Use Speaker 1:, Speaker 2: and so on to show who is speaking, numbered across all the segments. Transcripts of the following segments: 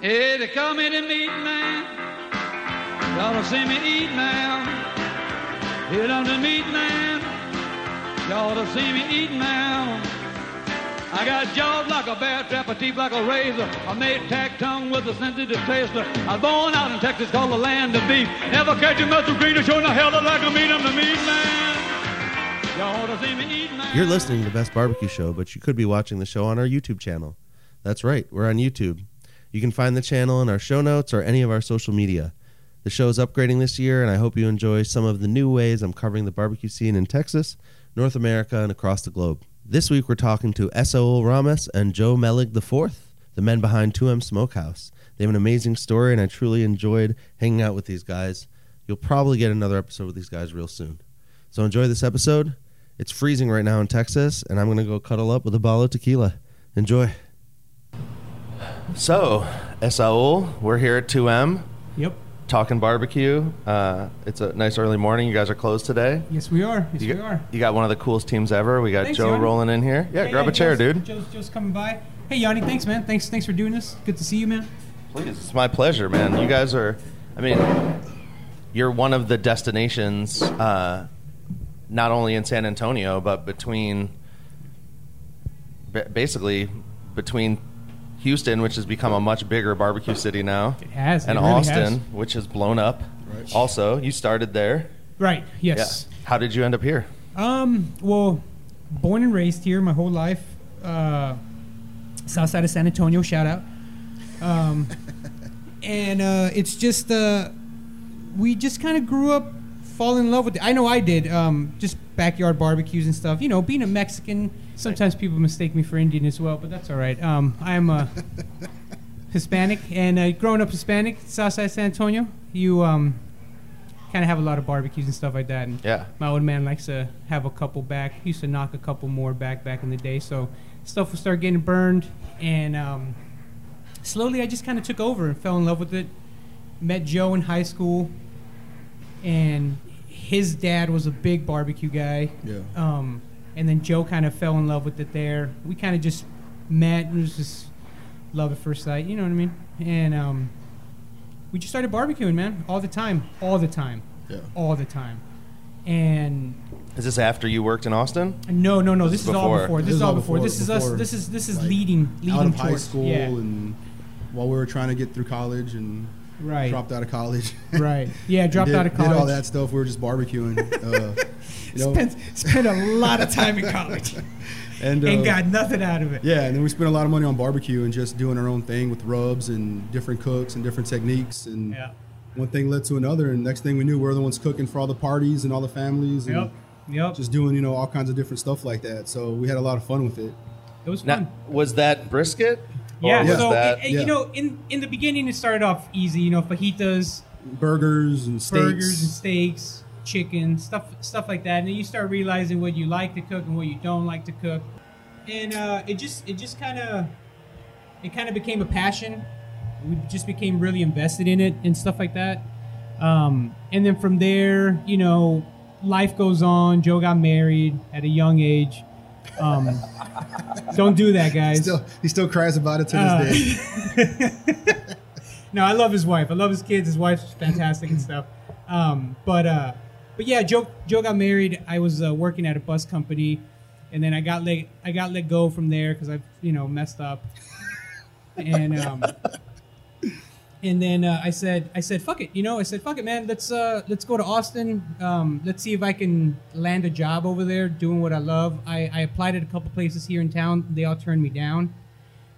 Speaker 1: Yeah, they call me the meat man. Y'all see me eat now. Hit on the meat man. Y'all see me eat now. I got jaws like a bear trap, a teeth like a razor. I made tack tongue with a sensitive taster. I was born out in Texas called the land of beef. Never catch a muscle greener, showing the hell like a meat. I'm the meat man. Y'all see me eat now.
Speaker 2: You're listening to the Best Barbecue Show, but you could be watching the show on our YouTube channel. That's right, we're on YouTube. You can find the channel in our show notes or any of our social media. The show is upgrading this year, and I hope you enjoy some of the new ways I'm covering the barbecue scene in Texas, North America, and across the globe. This week, we're talking to S.O.L. Ramos and Joe Mellig IV, the men behind 2M Smokehouse. They have an amazing story, and I truly enjoyed hanging out with these guys. You'll probably get another episode with these guys real soon. So enjoy this episode. It's freezing right now in Texas, and I'm going to go cuddle up with a bottle of tequila. Enjoy. So, Saul, we're here at 2M
Speaker 3: Yep.
Speaker 2: talking barbecue. Uh, it's a nice early morning. You guys are closed today.
Speaker 3: Yes, we are. Yes,
Speaker 2: You
Speaker 3: we
Speaker 2: got,
Speaker 3: are.
Speaker 2: you got one of the coolest teams ever. We got
Speaker 3: Thanks,
Speaker 2: Joe
Speaker 3: Yanni.
Speaker 2: rolling in here. Yeah,
Speaker 3: Hey,
Speaker 2: grab
Speaker 3: yeah,
Speaker 2: a chair,
Speaker 3: Joe's-
Speaker 2: dude.
Speaker 3: Joe's Joe's coming by. Hey, Yanni, thanks, man. Thanks, thanks for doing this. Good to see you, man.
Speaker 2: Please, it's my pleasure, man. You guys are, I mean, you're one of the destinations, uh, not only in San Antonio, but between, ba- basically, between Houston, which has become a much bigger barbecue city now,
Speaker 3: It has.
Speaker 2: and
Speaker 3: it really has.
Speaker 2: Austin, which has blown up. Also, you started there.
Speaker 3: Right. Yes.
Speaker 2: How did you end up here?
Speaker 3: Um. Well, born and raised here my whole life. Uh, south side of San Antonio. Shout out. Um, and uh, it's just uh, we just kind of grew up, falling in love with it. I know I did. Um, just backyard barbecues and stuff. You know, being a Mexican, sometimes people mistake me for Indian as well, but that's all right. Um, I'm a Hispanic, and uh, growing up Hispanic, south side of San Antonio, you um, kind of have a lot of barbecues and stuff like that. And
Speaker 2: Yeah.
Speaker 3: my old man likes to have a couple back. He used to knock a couple more back back in the day. So stuff would start getting burned, and um, slowly I just kind of took over and fell in love with it. Met Joe in high school, and his dad was a big barbecue guy.
Speaker 4: Yeah.
Speaker 3: Um, and then Joe kind of fell in love with it there. We kind of just met and it was just love at first sight. You know what I mean? And um, we just started barbecuing, man, all the time, all the time,
Speaker 4: Yeah.
Speaker 3: all the time. And
Speaker 2: Is this after you worked in Austin?
Speaker 3: no, no, no. This, is all
Speaker 2: before.
Speaker 3: before. This, is all before. This is us.
Speaker 4: before,
Speaker 3: This is this is
Speaker 4: like,
Speaker 3: leading, leading
Speaker 4: out of high
Speaker 3: towards-
Speaker 4: school
Speaker 3: yeah.
Speaker 4: and while we were trying to get through college and
Speaker 3: Right.
Speaker 4: dropped out of college.
Speaker 3: Right. Yeah, dropped
Speaker 4: did,
Speaker 3: out of
Speaker 4: Did all
Speaker 3: college.
Speaker 4: that stuff. We were just barbecuing. Uh, you know,
Speaker 3: spent spent a lot of time in college
Speaker 4: and, uh,
Speaker 3: and got nothing out of it.
Speaker 4: Yeah, and then we spent a lot of money on barbecue and just doing our own thing with rubs and different cooks and different techniques. And
Speaker 3: Yeah.
Speaker 4: one thing led to another. And next thing we knew, we are the ones cooking for all the parties and all the families. And
Speaker 3: Yep. Yep.
Speaker 4: Just doing, you know, all kinds of different stuff like that. So we had a lot of fun with it.
Speaker 3: it was fun.
Speaker 2: Now, was that brisket? Or
Speaker 3: yeah.
Speaker 2: was
Speaker 3: So
Speaker 2: that-
Speaker 3: it- it- you
Speaker 4: yeah.
Speaker 3: know, in in the beginning, it started off easy. You know, fajitas,
Speaker 4: Burgers and steaks.
Speaker 3: burgers and steaks, chicken stuff, stuff like that. And then you start realizing what you like to cook and what you don't like to cook, and uh, it just it just kind of it kind of became a passion. We just became really invested in it and stuff like that. Um, and then from there, you know, life goes on. Joe got married at a young age. Um, don't do that, guys.
Speaker 4: Still, he still cries about it to this
Speaker 3: Uh,
Speaker 4: day.
Speaker 3: no, I love his wife. I love his kids. His wife's fantastic and stuff. Um, but uh, but yeah, Joe Joe got married. I was uh, working at a bus company, and then I got let I got let go from there because I you know messed up, and um, and then uh, I said I said fuck it, you know I said fuck it, man. Let's uh, let's go to Austin. Um, let's see if I can land a job over there doing what I love. I, I applied at a couple places here in town. They all turned me down.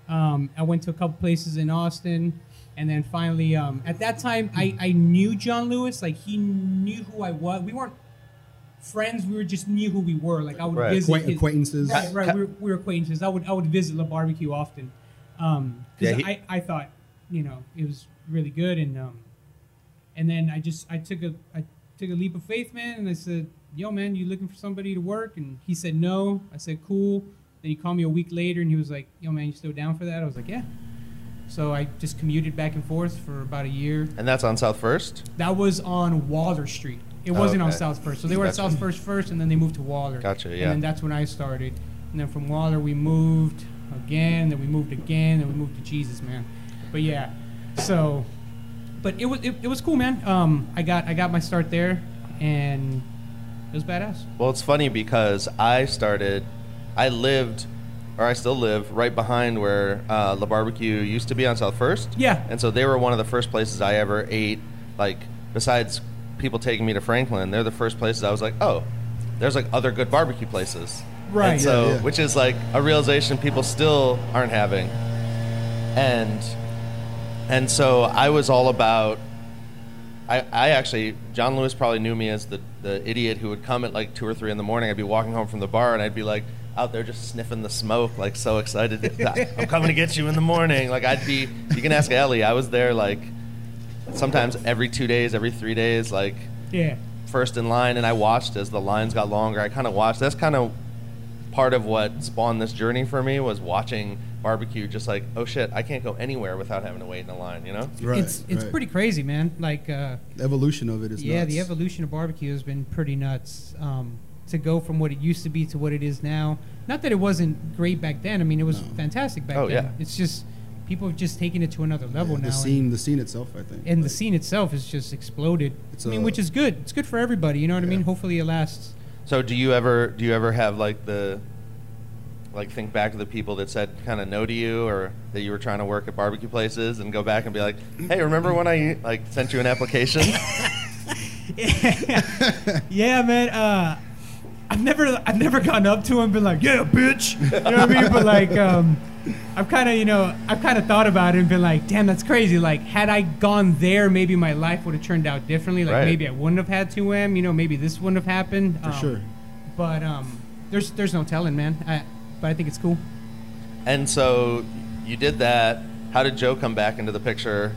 Speaker 3: Um, I went to a couple places in Austin, and then finally, um, at that time, I, I knew John Lewis. Like he knew who I was. We weren't friends. We were just knew who we were. Like I would
Speaker 2: Right.
Speaker 3: visit
Speaker 4: Acquaint-
Speaker 3: his-
Speaker 4: acquaintances.
Speaker 3: Right, right. We were, we were acquaintances. I would I would visit La Barbecue often, um,
Speaker 2: Yeah,
Speaker 3: because
Speaker 2: he-
Speaker 3: I, I thought you know it was really good and um, and then I just I took a I took a leap of faith, man, and I said, "Yo, man, you looking for somebody to work?" And he said, "No." I said, "Cool." Then he called me a week later, and he was like, "Yo, man, you still down for that?" I was like, "Yeah." So I just commuted back and forth for about a year.
Speaker 2: And that's on South First?
Speaker 3: That was on Waller Street. It wasn't on
Speaker 2: Oh, Okay.
Speaker 3: South First. So they were at
Speaker 2: Gotcha.
Speaker 3: South First first, and then they moved to Waller.
Speaker 2: Gotcha, yeah.
Speaker 3: And then that's when I started. And then from Waller, we moved again, then we moved again, then we moved to Jesus, man. But yeah, So, but it was it, it was cool, man. Um, I got I got my start there, and it was badass.
Speaker 5: Well, it's funny because I started, I lived, or I still live right behind where uh, La Barbecue used to be on South First.
Speaker 3: Yeah.
Speaker 5: And so they were one of the first places I ever ate. Like, besides people taking me to Franklin, they're the first places I was like, oh, there's like other good barbecue places.
Speaker 3: Right.
Speaker 5: And so,
Speaker 4: Yeah, yeah.
Speaker 5: which is like a realization people still aren't having. And, and so I was all about I, I actually, John Lewis probably knew me as the, the idiot who would come at like two or three in the morning. I'd be walking home from the bar and I'd be like out there just sniffing the smoke, like so excited. I'm coming to get you in the morning. Like I'd be, you can ask Ellie, I was there like sometimes every two days, every three days, like
Speaker 3: Yeah.
Speaker 5: first in line. And I watched as the lines got longer. I kind of watched. That's kind of part of what spawned this journey for me was watching barbecue just like, oh shit, I can't go anywhere without having to wait in a line, you know?
Speaker 4: Right,
Speaker 3: it's it's
Speaker 4: right.
Speaker 3: pretty crazy, man. Like, uh,
Speaker 4: The evolution of it is
Speaker 3: yeah,
Speaker 4: nuts.
Speaker 3: the evolution of barbecue has been pretty nuts. Um, to go from what it used to be to what it is now. Not that it wasn't great back then. I mean, it was fantastic back
Speaker 5: Oh,
Speaker 3: then.
Speaker 5: yeah.
Speaker 3: It's just people have just taken it to another level now.
Speaker 4: the
Speaker 3: and-
Speaker 4: scene, the scene itself, I think.
Speaker 3: and the
Speaker 4: Like,
Speaker 3: scene itself has just exploded.
Speaker 4: It's
Speaker 3: I mean,
Speaker 4: a-
Speaker 3: which is good. It's good for everybody. You know what I mean?
Speaker 4: Yeah.
Speaker 3: Hopefully, it lasts.
Speaker 5: So do you ever do you ever have like the like think back to the people that said kind of no to you or that you were trying to work at barbecue places and go back and be like, "Hey, remember when I like sent you an application?"
Speaker 3: Yeah, man. Uh, I've never, I've never gotten up to him and been like, "Yeah, bitch." You know what I mean? But like, um, I've kind of, you know, I've kind of thought about it and been like, "Damn, that's crazy." Like, had I gone there, maybe my life would have turned out differently. Like,
Speaker 5: Right.
Speaker 3: maybe I wouldn't have had 2M. You know, maybe this wouldn't have happened. Um,
Speaker 4: for sure.
Speaker 3: But um, there's, there's no telling, man. I, but I think it's cool.
Speaker 5: and so you did that. How did Joe come back into the picture?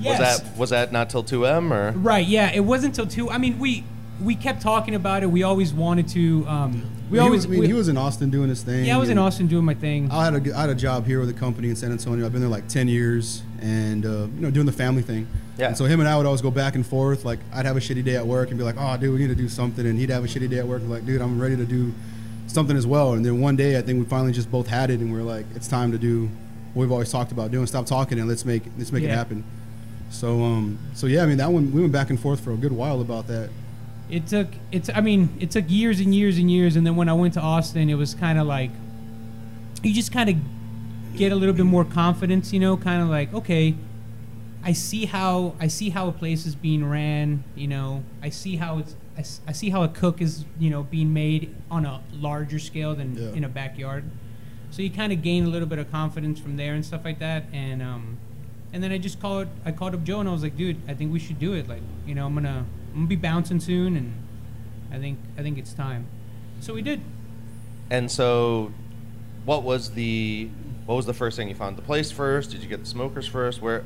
Speaker 3: Yes.
Speaker 5: Was that was that not till 2M or
Speaker 3: Right. Yeah. It wasn't until two. I mean, we we kept talking about it. We always wanted to. Um, we
Speaker 4: He
Speaker 3: always.
Speaker 4: was, I mean,
Speaker 3: we-
Speaker 4: he was in Austin doing his thing.
Speaker 3: yeah, I was in
Speaker 4: and
Speaker 3: Austin doing my thing.
Speaker 4: I had a, I had a job here with a company in San Antonio. I've been there like ten years, and uh, you know, doing the family thing.
Speaker 5: Yeah.
Speaker 4: And so him and I would always go back and forth. Like I'd have a shitty day at work and be like, "Oh, dude, we need to do something," and he'd have a shitty day at work and like, "Dude, I'm ready to do something as well." And then one day, I think we finally just both had it, and we are like, "It's time to do what we've always talked about doing. Stop talking and let's make let's make it
Speaker 3: Yeah.
Speaker 4: happen." So um, so yeah, I mean that one we went back and forth for a good while about that.
Speaker 3: It took. It's. I mean, it took years and years and years. And then when I went to Austin, it was kind of like, you just kind of get a little bit more confidence. You know, kind of like, okay, I see how I see how a place is being ran. You know, I see how it's. I, s- I see how a cook is, you know, being made on a larger scale than
Speaker 4: Yeah.
Speaker 3: in a backyard. So you kind of gain a little bit of confidence from there and stuff like that. And um, and then I just called. I called up Joe and I was like, dude, I think we should do it. Like, you know, I'm gonna I'm gonna be bouncing soon, and I think I think it's time. So we did.
Speaker 5: And so what was the what was the first thing you found? The place first? Did you get the smokers first? Where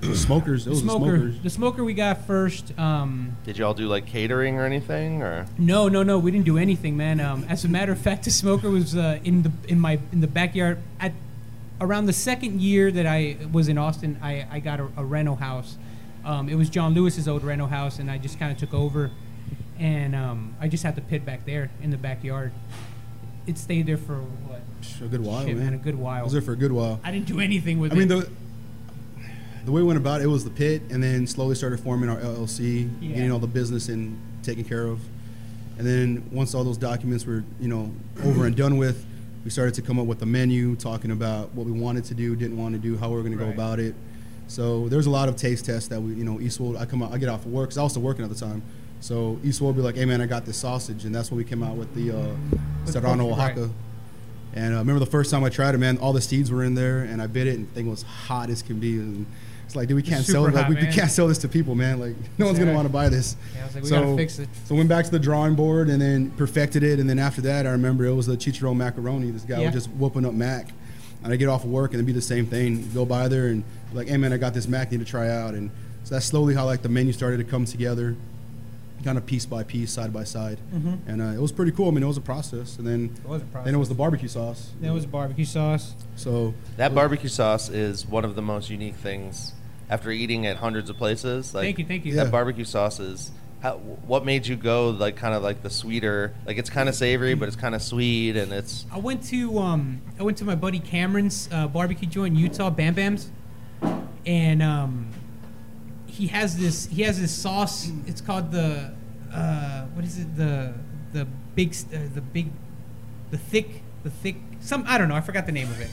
Speaker 4: The smokers, it
Speaker 3: The
Speaker 4: was
Speaker 3: smoker,
Speaker 4: the smokers.
Speaker 3: the smoker we got first. Um,
Speaker 5: did you all do like catering or anything or
Speaker 3: No, no, no. We didn't do anything, man. Um, as a matter of fact, the smoker was uh, in the in my in the backyard at around the second year that I was in Austin. I, I got a, a rental house. Um, it was John Lewis's old rental house, and I just kind of took over, and um, I just had the pit back there in the backyard. It stayed there for what?
Speaker 4: A good while,
Speaker 3: Shit, man, a good while.
Speaker 4: I was there for a good while.
Speaker 3: I didn't do anything with
Speaker 4: I
Speaker 3: it.
Speaker 4: mean, the the way we went about it, it was the pit, and then slowly started forming our LLC,
Speaker 3: Yeah.
Speaker 4: getting all the business and taken care of, and then once all those documents were you know over and done with, we started to come up with the menu, talking about what we wanted to do, didn't want to do, how we were going to go
Speaker 3: Right.
Speaker 4: about it. So there's a lot of taste tests that we you know Eastwood. I come out, I get off of work because I was still working at the time. So Eastwood would be like, "Hey man, I got this sausage," and that's when we came out with the uh,
Speaker 3: With
Speaker 4: Serrano
Speaker 3: pork, right.
Speaker 4: Oaxaca. And uh, I remember the first time I tried it, man, all the seeds were in there, and I bit it, and the thing was hot as can be. And it's like, dude, we can't sell
Speaker 3: Super
Speaker 4: it. Like,
Speaker 3: hot,
Speaker 4: we, we
Speaker 3: man.
Speaker 4: can't sell this to people, man. Like, no one's gonna
Speaker 3: Yeah.
Speaker 4: want to buy this.
Speaker 3: Yeah, I was like, we gotta fix it.
Speaker 4: So went back to the drawing board, and then perfected it. And then after that, I remember it was the chicharron macaroni. This guy
Speaker 3: Yeah.
Speaker 4: was just whooping up mac, and I get off of work, and it'd be the same thing. Go by there and be like, hey man, I got this mac, need to try out. And so that's slowly how like the menu started to come together kind of piece by piece, side by side, and uh, it was pretty cool. I mean, it was a process, and then
Speaker 3: Mm-hmm. was a
Speaker 4: then it was the barbecue sauce.
Speaker 3: that was barbecue sauce.
Speaker 4: so
Speaker 5: That barbecue sauce is one of the most unique things. After eating at hundreds of places, like
Speaker 3: Thank you, thank you.
Speaker 5: That
Speaker 4: Yeah.
Speaker 5: barbecue sauce is how, what made you go like kind of like the sweeter, like it's kind of savory, but it's kind of sweet, and it's
Speaker 3: I went to um, I went to my buddy Cameron's uh, barbecue joint in Utah, Bam Bam's, and um, he has this he has this sauce. It's called the uh, what is it the the big s- uh, the big the thick the thick some I don't know I forgot the name of it.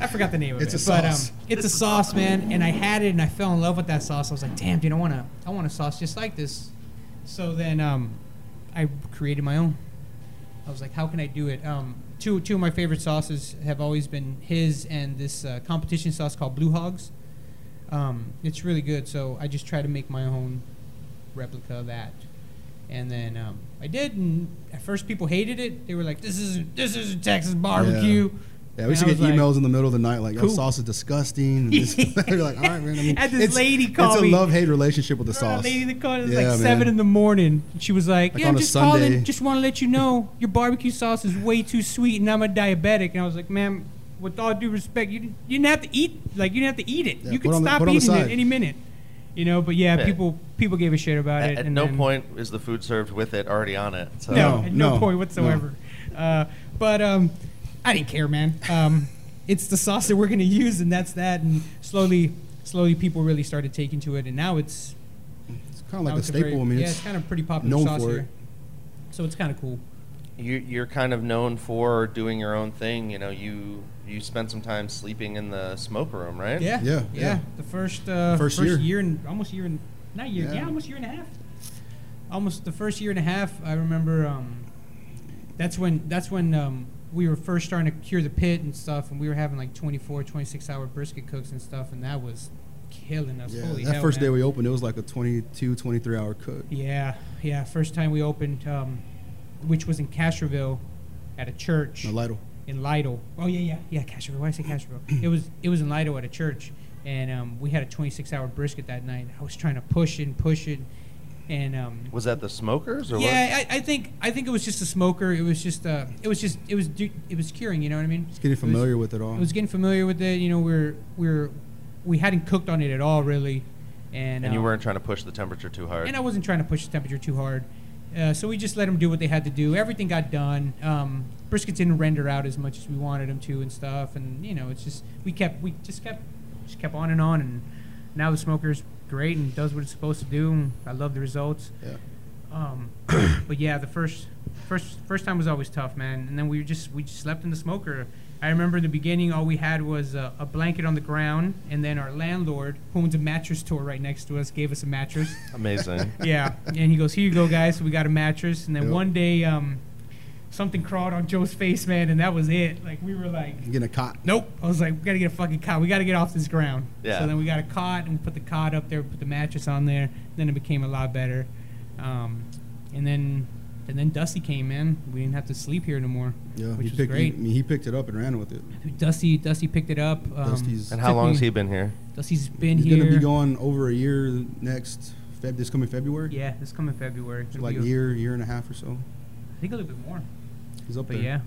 Speaker 3: I forgot the name of
Speaker 4: It's
Speaker 3: it.
Speaker 4: a
Speaker 3: but,
Speaker 4: sauce.
Speaker 3: um, it's a sauce, man. And I had it, and I fell in love with that sauce. I was like, damn, dude, I wanna I want a sauce just like this. So then um, I created my own. I was like, how can I do it? Um, two two of my favorite sauces have always been his and this uh, competition sauce called Blue Hogs. Um, it's really good, so I just try to make my own replica of that. And then um, I did, and at first people hated it. They were like, "This isn't this isn't Texas barbecue."
Speaker 4: Yeah,
Speaker 3: And
Speaker 4: we used
Speaker 3: I
Speaker 4: to get
Speaker 3: was like-
Speaker 4: emails in the middle of the night like, "Your
Speaker 3: Cool.
Speaker 4: sauce is disgusting." And this, they're like, "All right, man." I mean,
Speaker 3: Had this
Speaker 4: it's-
Speaker 3: lady
Speaker 4: it's
Speaker 3: call
Speaker 4: a
Speaker 3: me.
Speaker 4: love-hate relationship with the
Speaker 3: Remember
Speaker 4: sauce.
Speaker 3: that lady that called us
Speaker 4: Yeah,
Speaker 3: like
Speaker 4: man.
Speaker 3: seven in the morning. She was like,
Speaker 4: Like
Speaker 3: "Yeah,
Speaker 4: on
Speaker 3: I'm
Speaker 4: a
Speaker 3: just
Speaker 4: Sunday.
Speaker 3: calling. Just want to let you know your barbecue sauce is way too sweet, and I'm a diabetic." And I was like, "Ma'am, with all due respect, you, didn't- you didn't have to eat. Like, you didn't have to eat it.
Speaker 4: Yeah,
Speaker 3: you
Speaker 4: put
Speaker 3: could
Speaker 4: on the-
Speaker 3: stop
Speaker 4: put on the
Speaker 3: eating it
Speaker 4: side."
Speaker 3: any minute." You know, but yeah,
Speaker 5: Yeah.
Speaker 3: people people gave a shit about
Speaker 5: At,
Speaker 3: it.
Speaker 5: at
Speaker 3: and
Speaker 5: no
Speaker 3: then-
Speaker 5: point is the food served with it already on it. So
Speaker 3: no,
Speaker 4: No,
Speaker 3: at no,
Speaker 4: no,
Speaker 3: point whatsoever. Uh, but um, I didn't care, man. Um, it's the sauce that we're gonna use, and that's that. And slowly, slowly, people really started taking to it, and now it's
Speaker 4: It's kind
Speaker 3: now
Speaker 4: of like a
Speaker 3: it's a very-
Speaker 4: staple. I mean,
Speaker 3: yeah,
Speaker 4: it's-
Speaker 3: it's kind of pretty popular
Speaker 4: known
Speaker 3: sauce
Speaker 4: for
Speaker 3: here.
Speaker 4: it.
Speaker 3: So it's kind of cool.
Speaker 5: you, you're kind of known for doing your own thing. You know, you you spent some time sleeping in the smoke room, right?
Speaker 3: Yeah,
Speaker 4: Yeah,
Speaker 3: yeah.
Speaker 4: yeah.
Speaker 3: The first uh,
Speaker 4: First year.
Speaker 3: and almost year and not year, yeah.
Speaker 4: Yeah.
Speaker 3: almost year and a half. Almost the first year and a half. I remember um, that's when that's when um, we were first starting to cure the pit and stuff, and we were having like 24, 26 hour brisket cooks and stuff, and that was killing us.
Speaker 4: yeah,
Speaker 3: Holy
Speaker 4: that
Speaker 3: hell,
Speaker 4: first
Speaker 3: man.
Speaker 4: day we opened, it was like a 22, 23 hour cook.
Speaker 3: Yeah, yeah. First time we opened, um, which was in Castroville, at a church
Speaker 4: No, Lytle.
Speaker 3: in Lytle. Oh yeah, yeah, yeah. Cashville. Why did I say Cashville? it was it was in Lytle at a church, and um, we had a 26 hour brisket that night. I was trying to push it and push it, and um,
Speaker 5: Was that the smokers or what?
Speaker 3: yeah, I, I think I think it was just a smoker. It was just uh, it was just it was du- it was curing. You know what I mean?
Speaker 4: Just getting familiar with it all.
Speaker 3: I was getting familiar with it. You know, we're we're we hadn't cooked on it at all really, and
Speaker 5: And you
Speaker 3: um,
Speaker 5: weren't trying to push the temperature too hard.
Speaker 3: and I wasn't trying to push the temperature too hard. Uh, so we just let them do what they had to do. Everything got done. Um, briskets didn't render out as much as we wanted them to and stuff. And you know, it's just we kept we just kept just kept on and on. And now the smoker's great and does what it's supposed to do. And I love the results.
Speaker 4: yeah.
Speaker 3: Um, but yeah, the first first first time was always tough, man. And then we were just we just slept in the smoker. I remember in the beginning, all we had was a, a blanket on the ground, and then our landlord, who owns a mattress store right next to us, gave us a mattress
Speaker 5: Amazing.
Speaker 3: yeah. And he goes, Here you go, guys. So we got a mattress. And then
Speaker 4: Yep.
Speaker 3: one day, um, something crawled on Joe's face, man. And that was it. Like, we were like,
Speaker 4: Getting a cot.
Speaker 3: Nope. I was like, We got to get a fucking cot. We got to get off this ground.
Speaker 5: Yeah.
Speaker 3: So then we got a cot and we put the cot up there, we put the mattress on there. Then it became a lot better. Um, and then. And then Dusty came in. We didn't have to sleep here no more,
Speaker 4: Yeah,
Speaker 3: which
Speaker 4: he
Speaker 3: was
Speaker 4: picked.
Speaker 3: great.
Speaker 4: He, I mean, he picked it up and ran with it.
Speaker 3: Dusty, Dusty picked it up. Um,
Speaker 4: Dusty's-
Speaker 5: and how
Speaker 3: took
Speaker 5: long
Speaker 3: me-
Speaker 5: has he been here?
Speaker 3: Dusty's been
Speaker 4: He's
Speaker 3: here.
Speaker 4: gonna be going over a year next. Feb, this coming February.
Speaker 3: Yeah, this coming February.
Speaker 4: So
Speaker 3: It'll
Speaker 4: like
Speaker 3: be a-
Speaker 4: year, year and a half or so.
Speaker 3: I think a little bit more,
Speaker 4: He's up
Speaker 3: but
Speaker 4: there.
Speaker 3: yeah,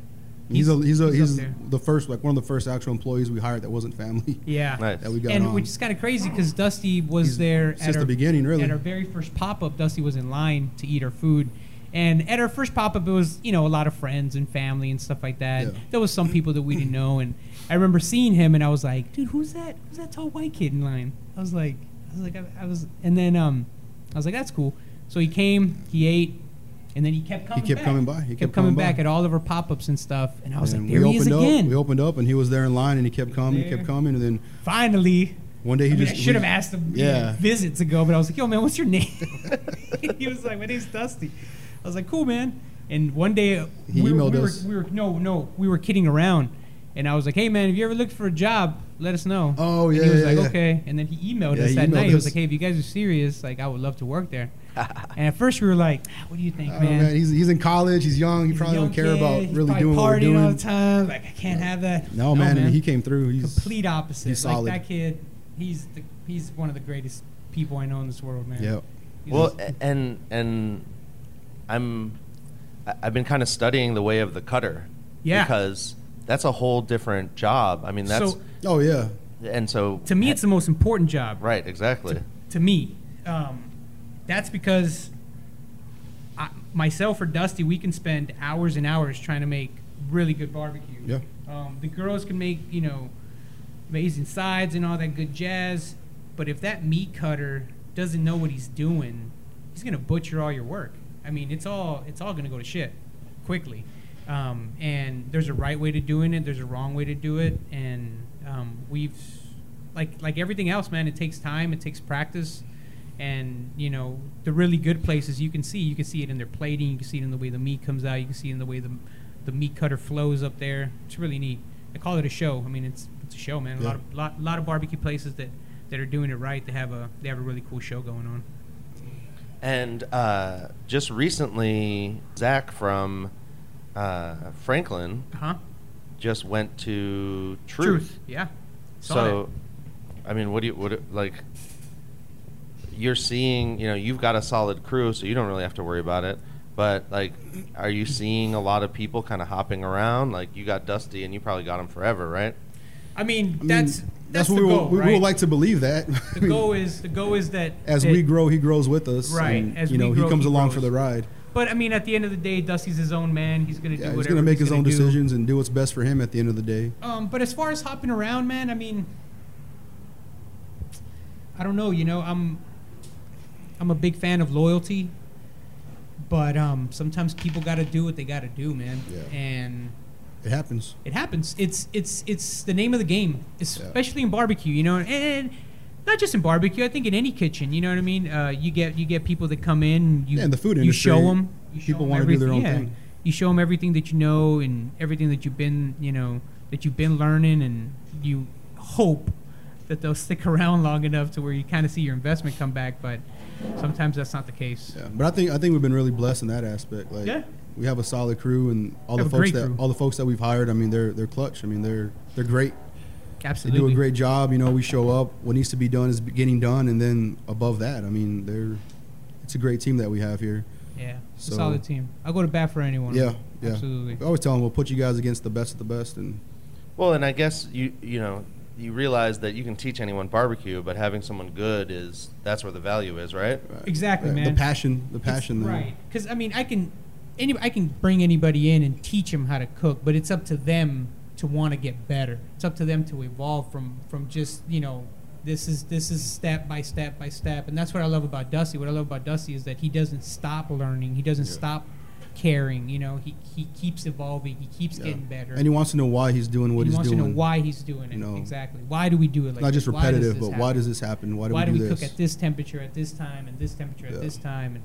Speaker 4: He's, a he's a
Speaker 3: he's up
Speaker 4: he's,
Speaker 3: there.
Speaker 4: the first like one of the first actual employees we hired that wasn't family
Speaker 3: yeah.
Speaker 5: Nice.
Speaker 4: that we got
Speaker 3: and
Speaker 4: on.
Speaker 3: which is kind of crazy because Dusty was
Speaker 4: He's-
Speaker 3: there
Speaker 4: since
Speaker 3: at
Speaker 4: the
Speaker 3: our,
Speaker 4: beginning, really.
Speaker 3: At our very first pop up, Dusty was in line to eat our food, and at our first pop up, it was you know a lot of friends and family and stuff like that.
Speaker 4: Yeah.
Speaker 3: There was some people that we didn't know, and I remember seeing him, and I was like, dude, who's that? Who's that tall white kid in line? I was like, I was like, I, I was, and then um, I was like, that's cool. So he came, he ate. And then he kept coming.
Speaker 4: kept
Speaker 3: back.
Speaker 4: coming by. He
Speaker 3: kept,
Speaker 4: kept
Speaker 3: coming
Speaker 4: coming
Speaker 3: back
Speaker 4: by.
Speaker 3: at all of our pop-ups and stuff. And I was
Speaker 4: And
Speaker 3: like, "There
Speaker 4: we
Speaker 3: he is
Speaker 4: opened up.
Speaker 3: again!"
Speaker 4: We opened up, and he was there in line, and he kept coming, he
Speaker 3: There.
Speaker 4: kept coming, and then
Speaker 3: Finally,
Speaker 4: one day he
Speaker 3: I mean,
Speaker 4: just
Speaker 3: I should have
Speaker 4: we-
Speaker 3: asked him
Speaker 4: Yeah.
Speaker 3: visits ago, but I was like, "Yo, man, what's your name?" he was like, "My name's Dusty." I was like, "Cool, man." And one day, uh,
Speaker 4: He
Speaker 3: we, were-
Speaker 4: emailed
Speaker 3: we
Speaker 4: us.
Speaker 3: Were, we were no, no, we were kidding around, and I was like, "Hey, man, if you ever look for a job, let us know."
Speaker 4: Oh,
Speaker 3: And
Speaker 4: yeah,
Speaker 3: he was
Speaker 4: yeah,
Speaker 3: like,
Speaker 4: yeah.
Speaker 3: "Okay," and then he emailed
Speaker 4: Yeah,
Speaker 3: us
Speaker 4: he
Speaker 3: that
Speaker 4: emailed
Speaker 3: night. He was
Speaker 4: us.
Speaker 3: like, "Hey, if you guys are serious, like, I would love to work there." and at first, we were like, "Ah, "What do you think,
Speaker 4: Oh,
Speaker 3: man?"
Speaker 4: man, he's, he's in college. He's young. He
Speaker 3: He's a
Speaker 4: probably
Speaker 3: young
Speaker 4: don't care
Speaker 3: kid,
Speaker 4: about
Speaker 3: he's
Speaker 4: really
Speaker 3: probably
Speaker 4: doing what we're
Speaker 3: partying all
Speaker 4: doing.
Speaker 3: the time. Like, I can't have that.
Speaker 4: No, man, I mean, he came through. He's
Speaker 3: complete opposite.
Speaker 4: he's solid.
Speaker 3: Like that kid, he's the, he's one of the greatest people I know in this world, man.
Speaker 4: Yep.
Speaker 3: He's
Speaker 5: Well,
Speaker 3: just-
Speaker 5: a- and and I'm I- I've been kind of studying the way of the cutter.
Speaker 3: Yeah.
Speaker 5: Because that's a whole different job. I mean, that's
Speaker 3: So-
Speaker 4: Oh yeah,
Speaker 5: and so
Speaker 3: to me, it's the most important job.
Speaker 5: right exactly.
Speaker 3: To me, um, that's because I, myself or Dusty, we can spend hours and hours trying to make really good barbecue.
Speaker 4: Yeah.
Speaker 3: Um, the girls can make you know amazing sides and all that good jazz. But if that meat cutter doesn't know what he's doing, he's gonna butcher all your work. I mean, it's all it's all gonna go to shit quickly. Um, and there's a right way to doing it. There's a wrong way to do it. And um, we've like like everything else, man. It takes time. It takes practice. And you know the really good places you can see. You can see it in their plating. You can see it in the way the meat comes out. You can see it in the way the the meat cutter flows up there. It's really neat. I call it a show. I mean, it's it's a show, man. A lot of lot, lot of barbecue places that that are doing it right. They have a they have a really cool show going on.
Speaker 5: And uh, just recently, Zach from uh, Franklin
Speaker 3: Huh?
Speaker 5: just went to Truth.
Speaker 3: Yeah. Saw
Speaker 5: So,
Speaker 3: that.
Speaker 5: I mean, what do you what do- like? You're seeing, you know, you've got a solid crew, so you don't really have to worry about it. But like, are you seeing a lot of people kind of hopping around? Like, you got Dusty, and you probably got him forever, right?
Speaker 3: I mean,
Speaker 4: I mean,
Speaker 3: that's that's, the
Speaker 4: what we,
Speaker 3: goal,
Speaker 4: would- we,
Speaker 3: right?
Speaker 4: we would like to believe that. I
Speaker 3: the
Speaker 4: mean,
Speaker 3: goal is the goal is that
Speaker 4: as
Speaker 3: that-
Speaker 4: we grow, he grows with us.
Speaker 3: Right,
Speaker 4: and,
Speaker 3: as
Speaker 4: you
Speaker 3: we
Speaker 4: know,
Speaker 3: grow,
Speaker 4: he comes
Speaker 3: he
Speaker 4: along
Speaker 3: grows.
Speaker 4: for the ride.
Speaker 3: But I mean, at the end of the day, Dusty's his own man. He's gonna do
Speaker 4: Yeah,
Speaker 3: whatever.
Speaker 4: he's gonna make his
Speaker 3: gonna
Speaker 4: own
Speaker 3: do.
Speaker 4: decisions and do what's best for him at the end of the day.
Speaker 3: Um, but as far as hopping around, man, I mean, I don't know. You know, I'm I'm a big fan of loyalty, but um, sometimes people got to do what they got to do, man.
Speaker 4: Yeah.
Speaker 3: And
Speaker 4: It happens.
Speaker 3: it happens. It's it's it's the name of the game, especially in barbecue. You know, and not just in barbecue. I think in any kitchen. You know what I mean? Uh, you get you get people that come in. You,
Speaker 4: Yeah, in the food
Speaker 3: you
Speaker 4: industry,
Speaker 3: show them. You show
Speaker 4: people
Speaker 3: 'em
Speaker 4: wanna do their
Speaker 3: everything-
Speaker 4: own
Speaker 3: yeah.
Speaker 4: thing.
Speaker 3: You show them everything that you know and everything that you've been you know that you've been learning, and you hope that they'll stick around long enough to where you kind of see your investment come back. But sometimes that's not the case.
Speaker 4: Yeah, but I think I think we've been really blessed in that aspect. Like,
Speaker 3: Yeah.
Speaker 4: we have a solid crew, and all
Speaker 3: Have
Speaker 4: the
Speaker 3: a
Speaker 4: folks
Speaker 3: great
Speaker 4: that
Speaker 3: crew.
Speaker 4: all the folks that we've hired. I mean, they're they're clutch. I mean, they're they're great. They
Speaker 3: Absolutely.
Speaker 4: do a great job. You know, we show up. What needs to be done is getting done, and then above that, I mean, they're it's a great team that we have here.
Speaker 3: Yeah, it's a
Speaker 4: So-
Speaker 3: solid team. I'll go to bat for anyone.
Speaker 4: Yeah, yeah.
Speaker 3: Absolutely.
Speaker 4: I always tell them we'll put you guys against the best of the best, and
Speaker 5: Well, and I guess you you know you realize that you can teach anyone barbecue, but having someone good is that's where the value is, right?
Speaker 3: Exactly,
Speaker 4: uh,
Speaker 3: man.
Speaker 4: The passion, the
Speaker 3: It's-
Speaker 4: passion. there.
Speaker 3: Right. Because I mean, I can, any, I can bring anybody in and teach them how to cook, but it's up to them to want to get better. It's up to them to evolve from from just you know, this is this is step by step by step, and that's what I love about Dusty. What I love about Dusty is that he doesn't stop learning. He doesn't stop caring. You know, he he keeps evolving. He keeps
Speaker 4: Yeah.
Speaker 3: getting better.
Speaker 4: And he wants to know why he's doing what
Speaker 3: He
Speaker 4: he's
Speaker 3: wants
Speaker 4: doing.
Speaker 3: to know why he's doing it.
Speaker 4: You know,
Speaker 3: exactly. Why do we do it? Like
Speaker 4: Not just
Speaker 3: this? Why does
Speaker 4: repetitive,
Speaker 3: this
Speaker 4: but why
Speaker 3: happen?
Speaker 4: does this happen? Why do
Speaker 3: why
Speaker 4: we do, this?
Speaker 3: cook at this temperature at this time and this temperature at
Speaker 4: Yeah.
Speaker 3: this time and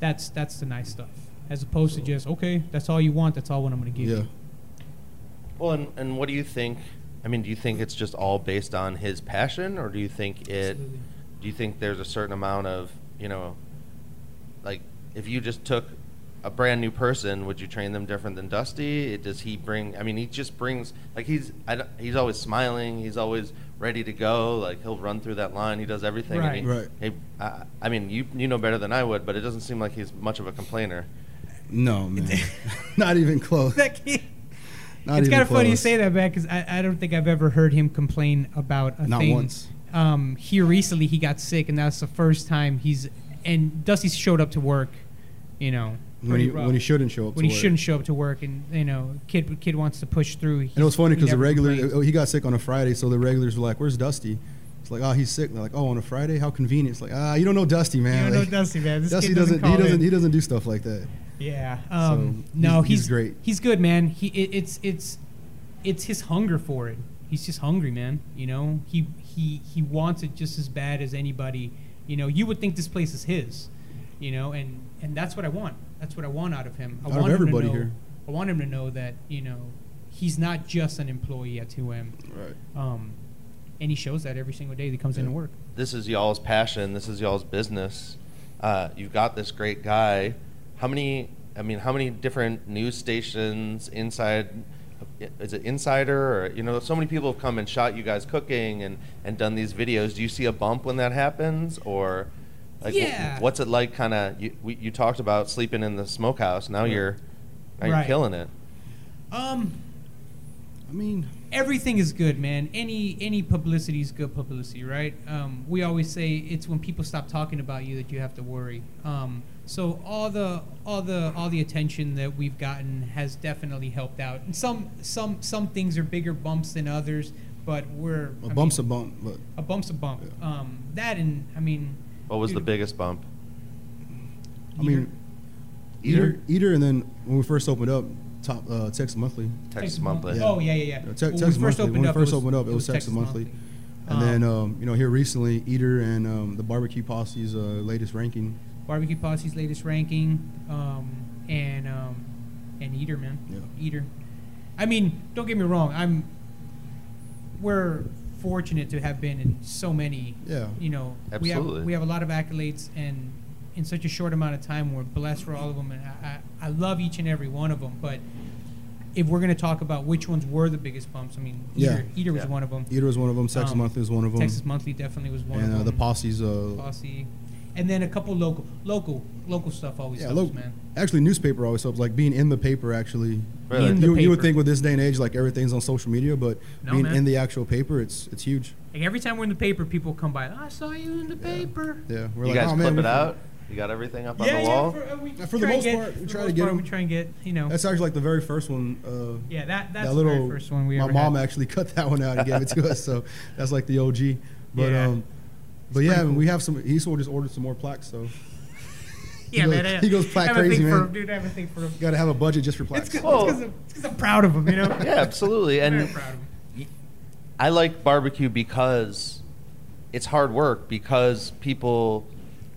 Speaker 3: that's that's the nice stuff as opposed to just okay that's all you want that's all what i'm gonna give
Speaker 4: Yeah.
Speaker 3: you
Speaker 5: Well, and, and what do you think? I mean, do you think it's just all based on his passion, or do you think it?
Speaker 3: Absolutely.
Speaker 5: Do you think there's a certain amount of you know, like if you just took a brand new person, would you train them different than Dusty? It, does he bring? I mean, he just brings like he's I, don't- he's always smiling. He's always ready to go. Like he'll run through that line. He does everything. and he-
Speaker 4: Right.
Speaker 5: he- I, I mean, you you know better than I would, but it doesn't seem like he's much of a complainer.
Speaker 4: No, man. Not even close.
Speaker 3: That kid-
Speaker 4: Not
Speaker 3: it's
Speaker 4: even
Speaker 3: kind of funny you
Speaker 4: close.
Speaker 3: say that man because I, I don't think i've ever heard him complain about a
Speaker 4: Not
Speaker 3: thing
Speaker 4: once.
Speaker 3: um here recently he got sick and that's the first time he's and dusty showed up to work you know
Speaker 4: when
Speaker 3: pretty
Speaker 4: he
Speaker 3: rough.
Speaker 4: when he shouldn't show up.
Speaker 3: when
Speaker 4: to
Speaker 3: he
Speaker 4: work.
Speaker 3: shouldn't show up to work and you know kid kid wants to push through
Speaker 4: And it was funny
Speaker 3: He
Speaker 4: because the
Speaker 3: never
Speaker 4: regular
Speaker 3: complains.
Speaker 4: oh, he got sick on a Friday, so the regulars were like, "Where's Dusty?" It's like, "Oh, he's sick." And they're like, "Oh, on a Friday? How convenient." It's like, "Ah, you don't know Dusty, man."
Speaker 3: you don't know
Speaker 4: Like,
Speaker 3: dusty man this
Speaker 4: Dusty
Speaker 3: kid doesn't,
Speaker 4: doesn't.
Speaker 3: call
Speaker 4: he
Speaker 3: in.
Speaker 4: doesn't. He doesn't do stuff like that.
Speaker 3: Yeah. Um,
Speaker 4: So,
Speaker 3: no,
Speaker 4: he's-
Speaker 3: he's,
Speaker 4: he's great.
Speaker 3: He's good, man. He it, it's it's it's his hunger for it. He's just hungry, man. You know, he he he wants it just as bad as anybody. You know, you would think this place is his. You know, and and that's what I want. That's what I want out of him. I
Speaker 4: Out of
Speaker 3: want him to
Speaker 4: everybody
Speaker 3: know-
Speaker 4: here.
Speaker 3: I want him to know that you know he's not just an employee at 2M.
Speaker 4: Right.
Speaker 3: Um, and he shows that every single day that he comes in
Speaker 4: Yeah.
Speaker 3: to work.
Speaker 5: this is y'all's passion. This is y'all's business. Uh, you've got this great guy. How many? I mean, how many different news stations inside? Is it Insider or you know? So many people have come and shot you guys cooking and and done these videos. Do you see a bump when that happens or? Like, wh-
Speaker 3: Yeah.
Speaker 5: What's it like? Kind of you, we, you talked about sleeping in the smokehouse. Now you're now you're
Speaker 3: Right.
Speaker 5: killing it.
Speaker 3: Um,
Speaker 4: I mean,
Speaker 3: everything is good, man. Any any publicity is good publicity, right? Um, we always say it's when people stop talking about you that you have to worry. Um, so all the all the all the attention that we've gotten has definitely helped out. And some some some things are bigger bumps than others, but we're
Speaker 4: A
Speaker 3: I
Speaker 4: bump's
Speaker 3: mean,
Speaker 4: a bump, but
Speaker 3: a bump's a bump. Um, that and I mean,
Speaker 5: What was the
Speaker 3: dude,
Speaker 5: biggest bump?
Speaker 3: Eater.
Speaker 4: I mean,
Speaker 5: Eater?
Speaker 4: Eater, Eater, and then when we first opened up, top uh, Texas Monthly,
Speaker 5: Texas Monthly.
Speaker 4: Yeah.
Speaker 3: Oh yeah, yeah, yeah.
Speaker 4: Yeah,
Speaker 3: When
Speaker 4: Tex-
Speaker 3: we
Speaker 4: Texas
Speaker 3: first
Speaker 4: Monthly.
Speaker 3: opened
Speaker 4: When we
Speaker 3: up, it
Speaker 4: first
Speaker 3: was-
Speaker 4: opened up, it was Texas Monthly. and then
Speaker 3: Um,
Speaker 4: um, you know here recently, Eater and um, the Barbecue Posse's uh, latest ranking.
Speaker 3: Barbecue Posse's latest ranking, um, and um, and Eater, man,
Speaker 4: Yeah.
Speaker 3: Eater. I mean, don't get me wrong. I'm we're fortunate to have been in so many.
Speaker 4: Yeah.
Speaker 3: You know, we
Speaker 5: Absolutely.
Speaker 3: have we have a lot of accolades, and in such a short amount of time, we're blessed for all of them, and I I, I love each and every one of them. But if we're gonna talk about which ones were the biggest bumps, I mean,
Speaker 4: Yeah.
Speaker 3: Eater, Eater was
Speaker 5: Yeah.
Speaker 3: one of them.
Speaker 4: Eater was one of them. Texas
Speaker 3: Um,
Speaker 4: Monthly was one of them.
Speaker 3: Texas Monthly definitely was one
Speaker 4: and
Speaker 3: of
Speaker 4: uh,
Speaker 3: them.
Speaker 4: the Posse's. Uh,
Speaker 3: Posse, and then a couple local, local, local stuff always
Speaker 4: yeah,
Speaker 3: helps,
Speaker 4: look,
Speaker 3: man.
Speaker 4: actually, newspaper always helps. Like being in the paper, actually.
Speaker 5: Really?
Speaker 3: In the
Speaker 4: You, you would
Speaker 3: paper.
Speaker 4: think with this day and age, like everything's on social media, but
Speaker 3: No,
Speaker 4: being
Speaker 3: man.
Speaker 4: in the actual paper, it's it's huge.
Speaker 3: Like every time we're in the paper, people come by. I saw you in the paper.
Speaker 4: Yeah, we're
Speaker 5: You
Speaker 4: like,
Speaker 5: guys
Speaker 4: oh, man,
Speaker 5: clip
Speaker 4: we-
Speaker 5: it out? You got everything up
Speaker 3: yeah,
Speaker 5: on the
Speaker 3: yeah.
Speaker 5: wall?
Speaker 3: For, uh, we
Speaker 4: For the
Speaker 3: try and
Speaker 4: most part, we
Speaker 3: for the
Speaker 4: try to
Speaker 3: most
Speaker 4: get
Speaker 3: part,
Speaker 4: 'em.
Speaker 3: We try and get you know.
Speaker 4: That's actually like the very first one. Uh,
Speaker 3: yeah, that that's
Speaker 4: that little
Speaker 3: the very first one we
Speaker 4: my
Speaker 3: ever
Speaker 4: mom
Speaker 3: had.
Speaker 4: actually cut that one out and gave it to us so that's like the og but
Speaker 3: Yeah.
Speaker 4: um but yeah I mean, we have some he sort of just ordered some more plaques so
Speaker 3: yeah,
Speaker 4: goes-
Speaker 3: man, I-
Speaker 4: he goes plaque
Speaker 3: I have a
Speaker 4: crazy,
Speaker 3: thing for
Speaker 4: man.
Speaker 3: him, dude. I have a thing for him.
Speaker 4: gotta have a budget just for plaques
Speaker 3: It's because
Speaker 5: Well-
Speaker 3: I'm proud of him, you know.
Speaker 5: Yeah, absolutely.
Speaker 3: I'm very
Speaker 5: And
Speaker 3: proud of him.
Speaker 5: I like barbecue because it's hard work because people,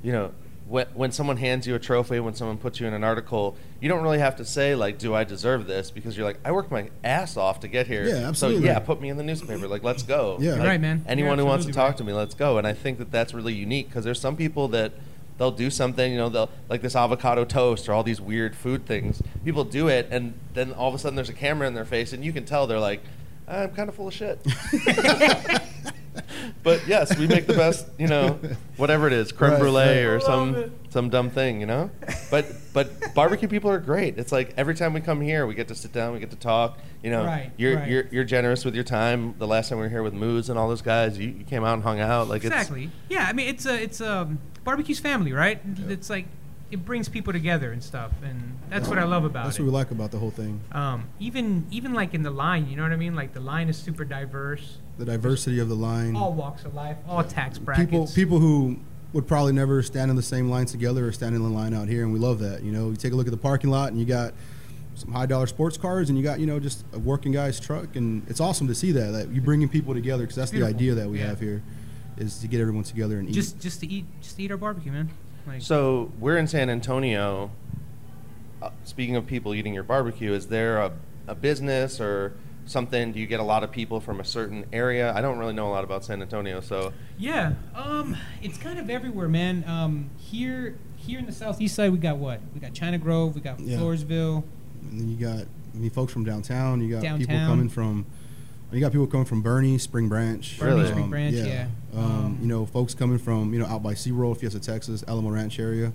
Speaker 5: you know, when, when someone hands you a trophy, when someone puts you in an article, you don't really have to say like, "Do I deserve this?" Because you're like, "I worked my ass off to get here."
Speaker 4: Yeah,
Speaker 5: So
Speaker 4: absolutely.
Speaker 5: yeah, put me in the newspaper. Like, let's go.
Speaker 4: Yeah.
Speaker 5: Like,
Speaker 3: Right, man. You're
Speaker 5: Anyone who wants to
Speaker 3: absolutely
Speaker 5: talk to me, let's go. And I think that that's really unique because there's some people that they'll do something, you know, they'll like this avocado toast or all these weird food things. People do it, and then all of a sudden there's a camera in their face, and you can tell they're like, "I'm kind of full of shit." But yes, we make the best, you know, whatever it is, creme
Speaker 4: Right,
Speaker 5: brulee
Speaker 4: right.
Speaker 5: or some some dumb thing, you know. But but barbecue people are great. It's like every time we come here, we get to sit down, we get to talk. You know,
Speaker 3: Right,
Speaker 5: you're
Speaker 3: right.
Speaker 5: you're you're generous with your time. The last time we were here with Moose and all those guys, you, you came out and hung out. Like
Speaker 3: Exactly. Yeah, I mean it's a it's a barbecue's family, right? It's like it brings people together and stuff, and that's what I love about
Speaker 4: that's
Speaker 3: it.
Speaker 4: what we like about the whole thing
Speaker 3: um, even even like in the line, you know what I mean? Like the line is super diverse,
Speaker 4: the diversity of the line
Speaker 3: all walks of life, all tax brackets.
Speaker 4: people people who would probably never stand in the same line together or stand in the line out here and we love that you know you take a look at the parking lot and you got some high dollar sports cars and you got you know just a working guy's truck and it's awesome to see that that you're bringing people together because that's
Speaker 3: Beautiful.
Speaker 4: the idea that we
Speaker 3: Yeah.
Speaker 4: have here is to get everyone together and eat
Speaker 3: just just to eat just to eat our barbecue, man. Like
Speaker 5: it's so we're in San Antonio. Uh, speaking of people eating your barbecue, is there a a business or something? Do you get a lot of people from a certain area? I don't really know a lot about San Antonio, so
Speaker 3: yeah, um, it's kind of everywhere, man. Um, here here in the southeast side, we got what? We got China Grove, we got
Speaker 4: Yeah.
Speaker 3: Floresville.
Speaker 4: And then you got I mean, folks from downtown. You got people
Speaker 3: Downtown.
Speaker 4: coming from. You got people coming from Bernie, Spring Branch.
Speaker 5: Bernie, Really?
Speaker 3: Spring Branch, yeah.
Speaker 4: Um,
Speaker 3: Um,
Speaker 4: you know, folks coming from you know out by SeaWorld, Fiesta, Texas, Alamo Ranch area,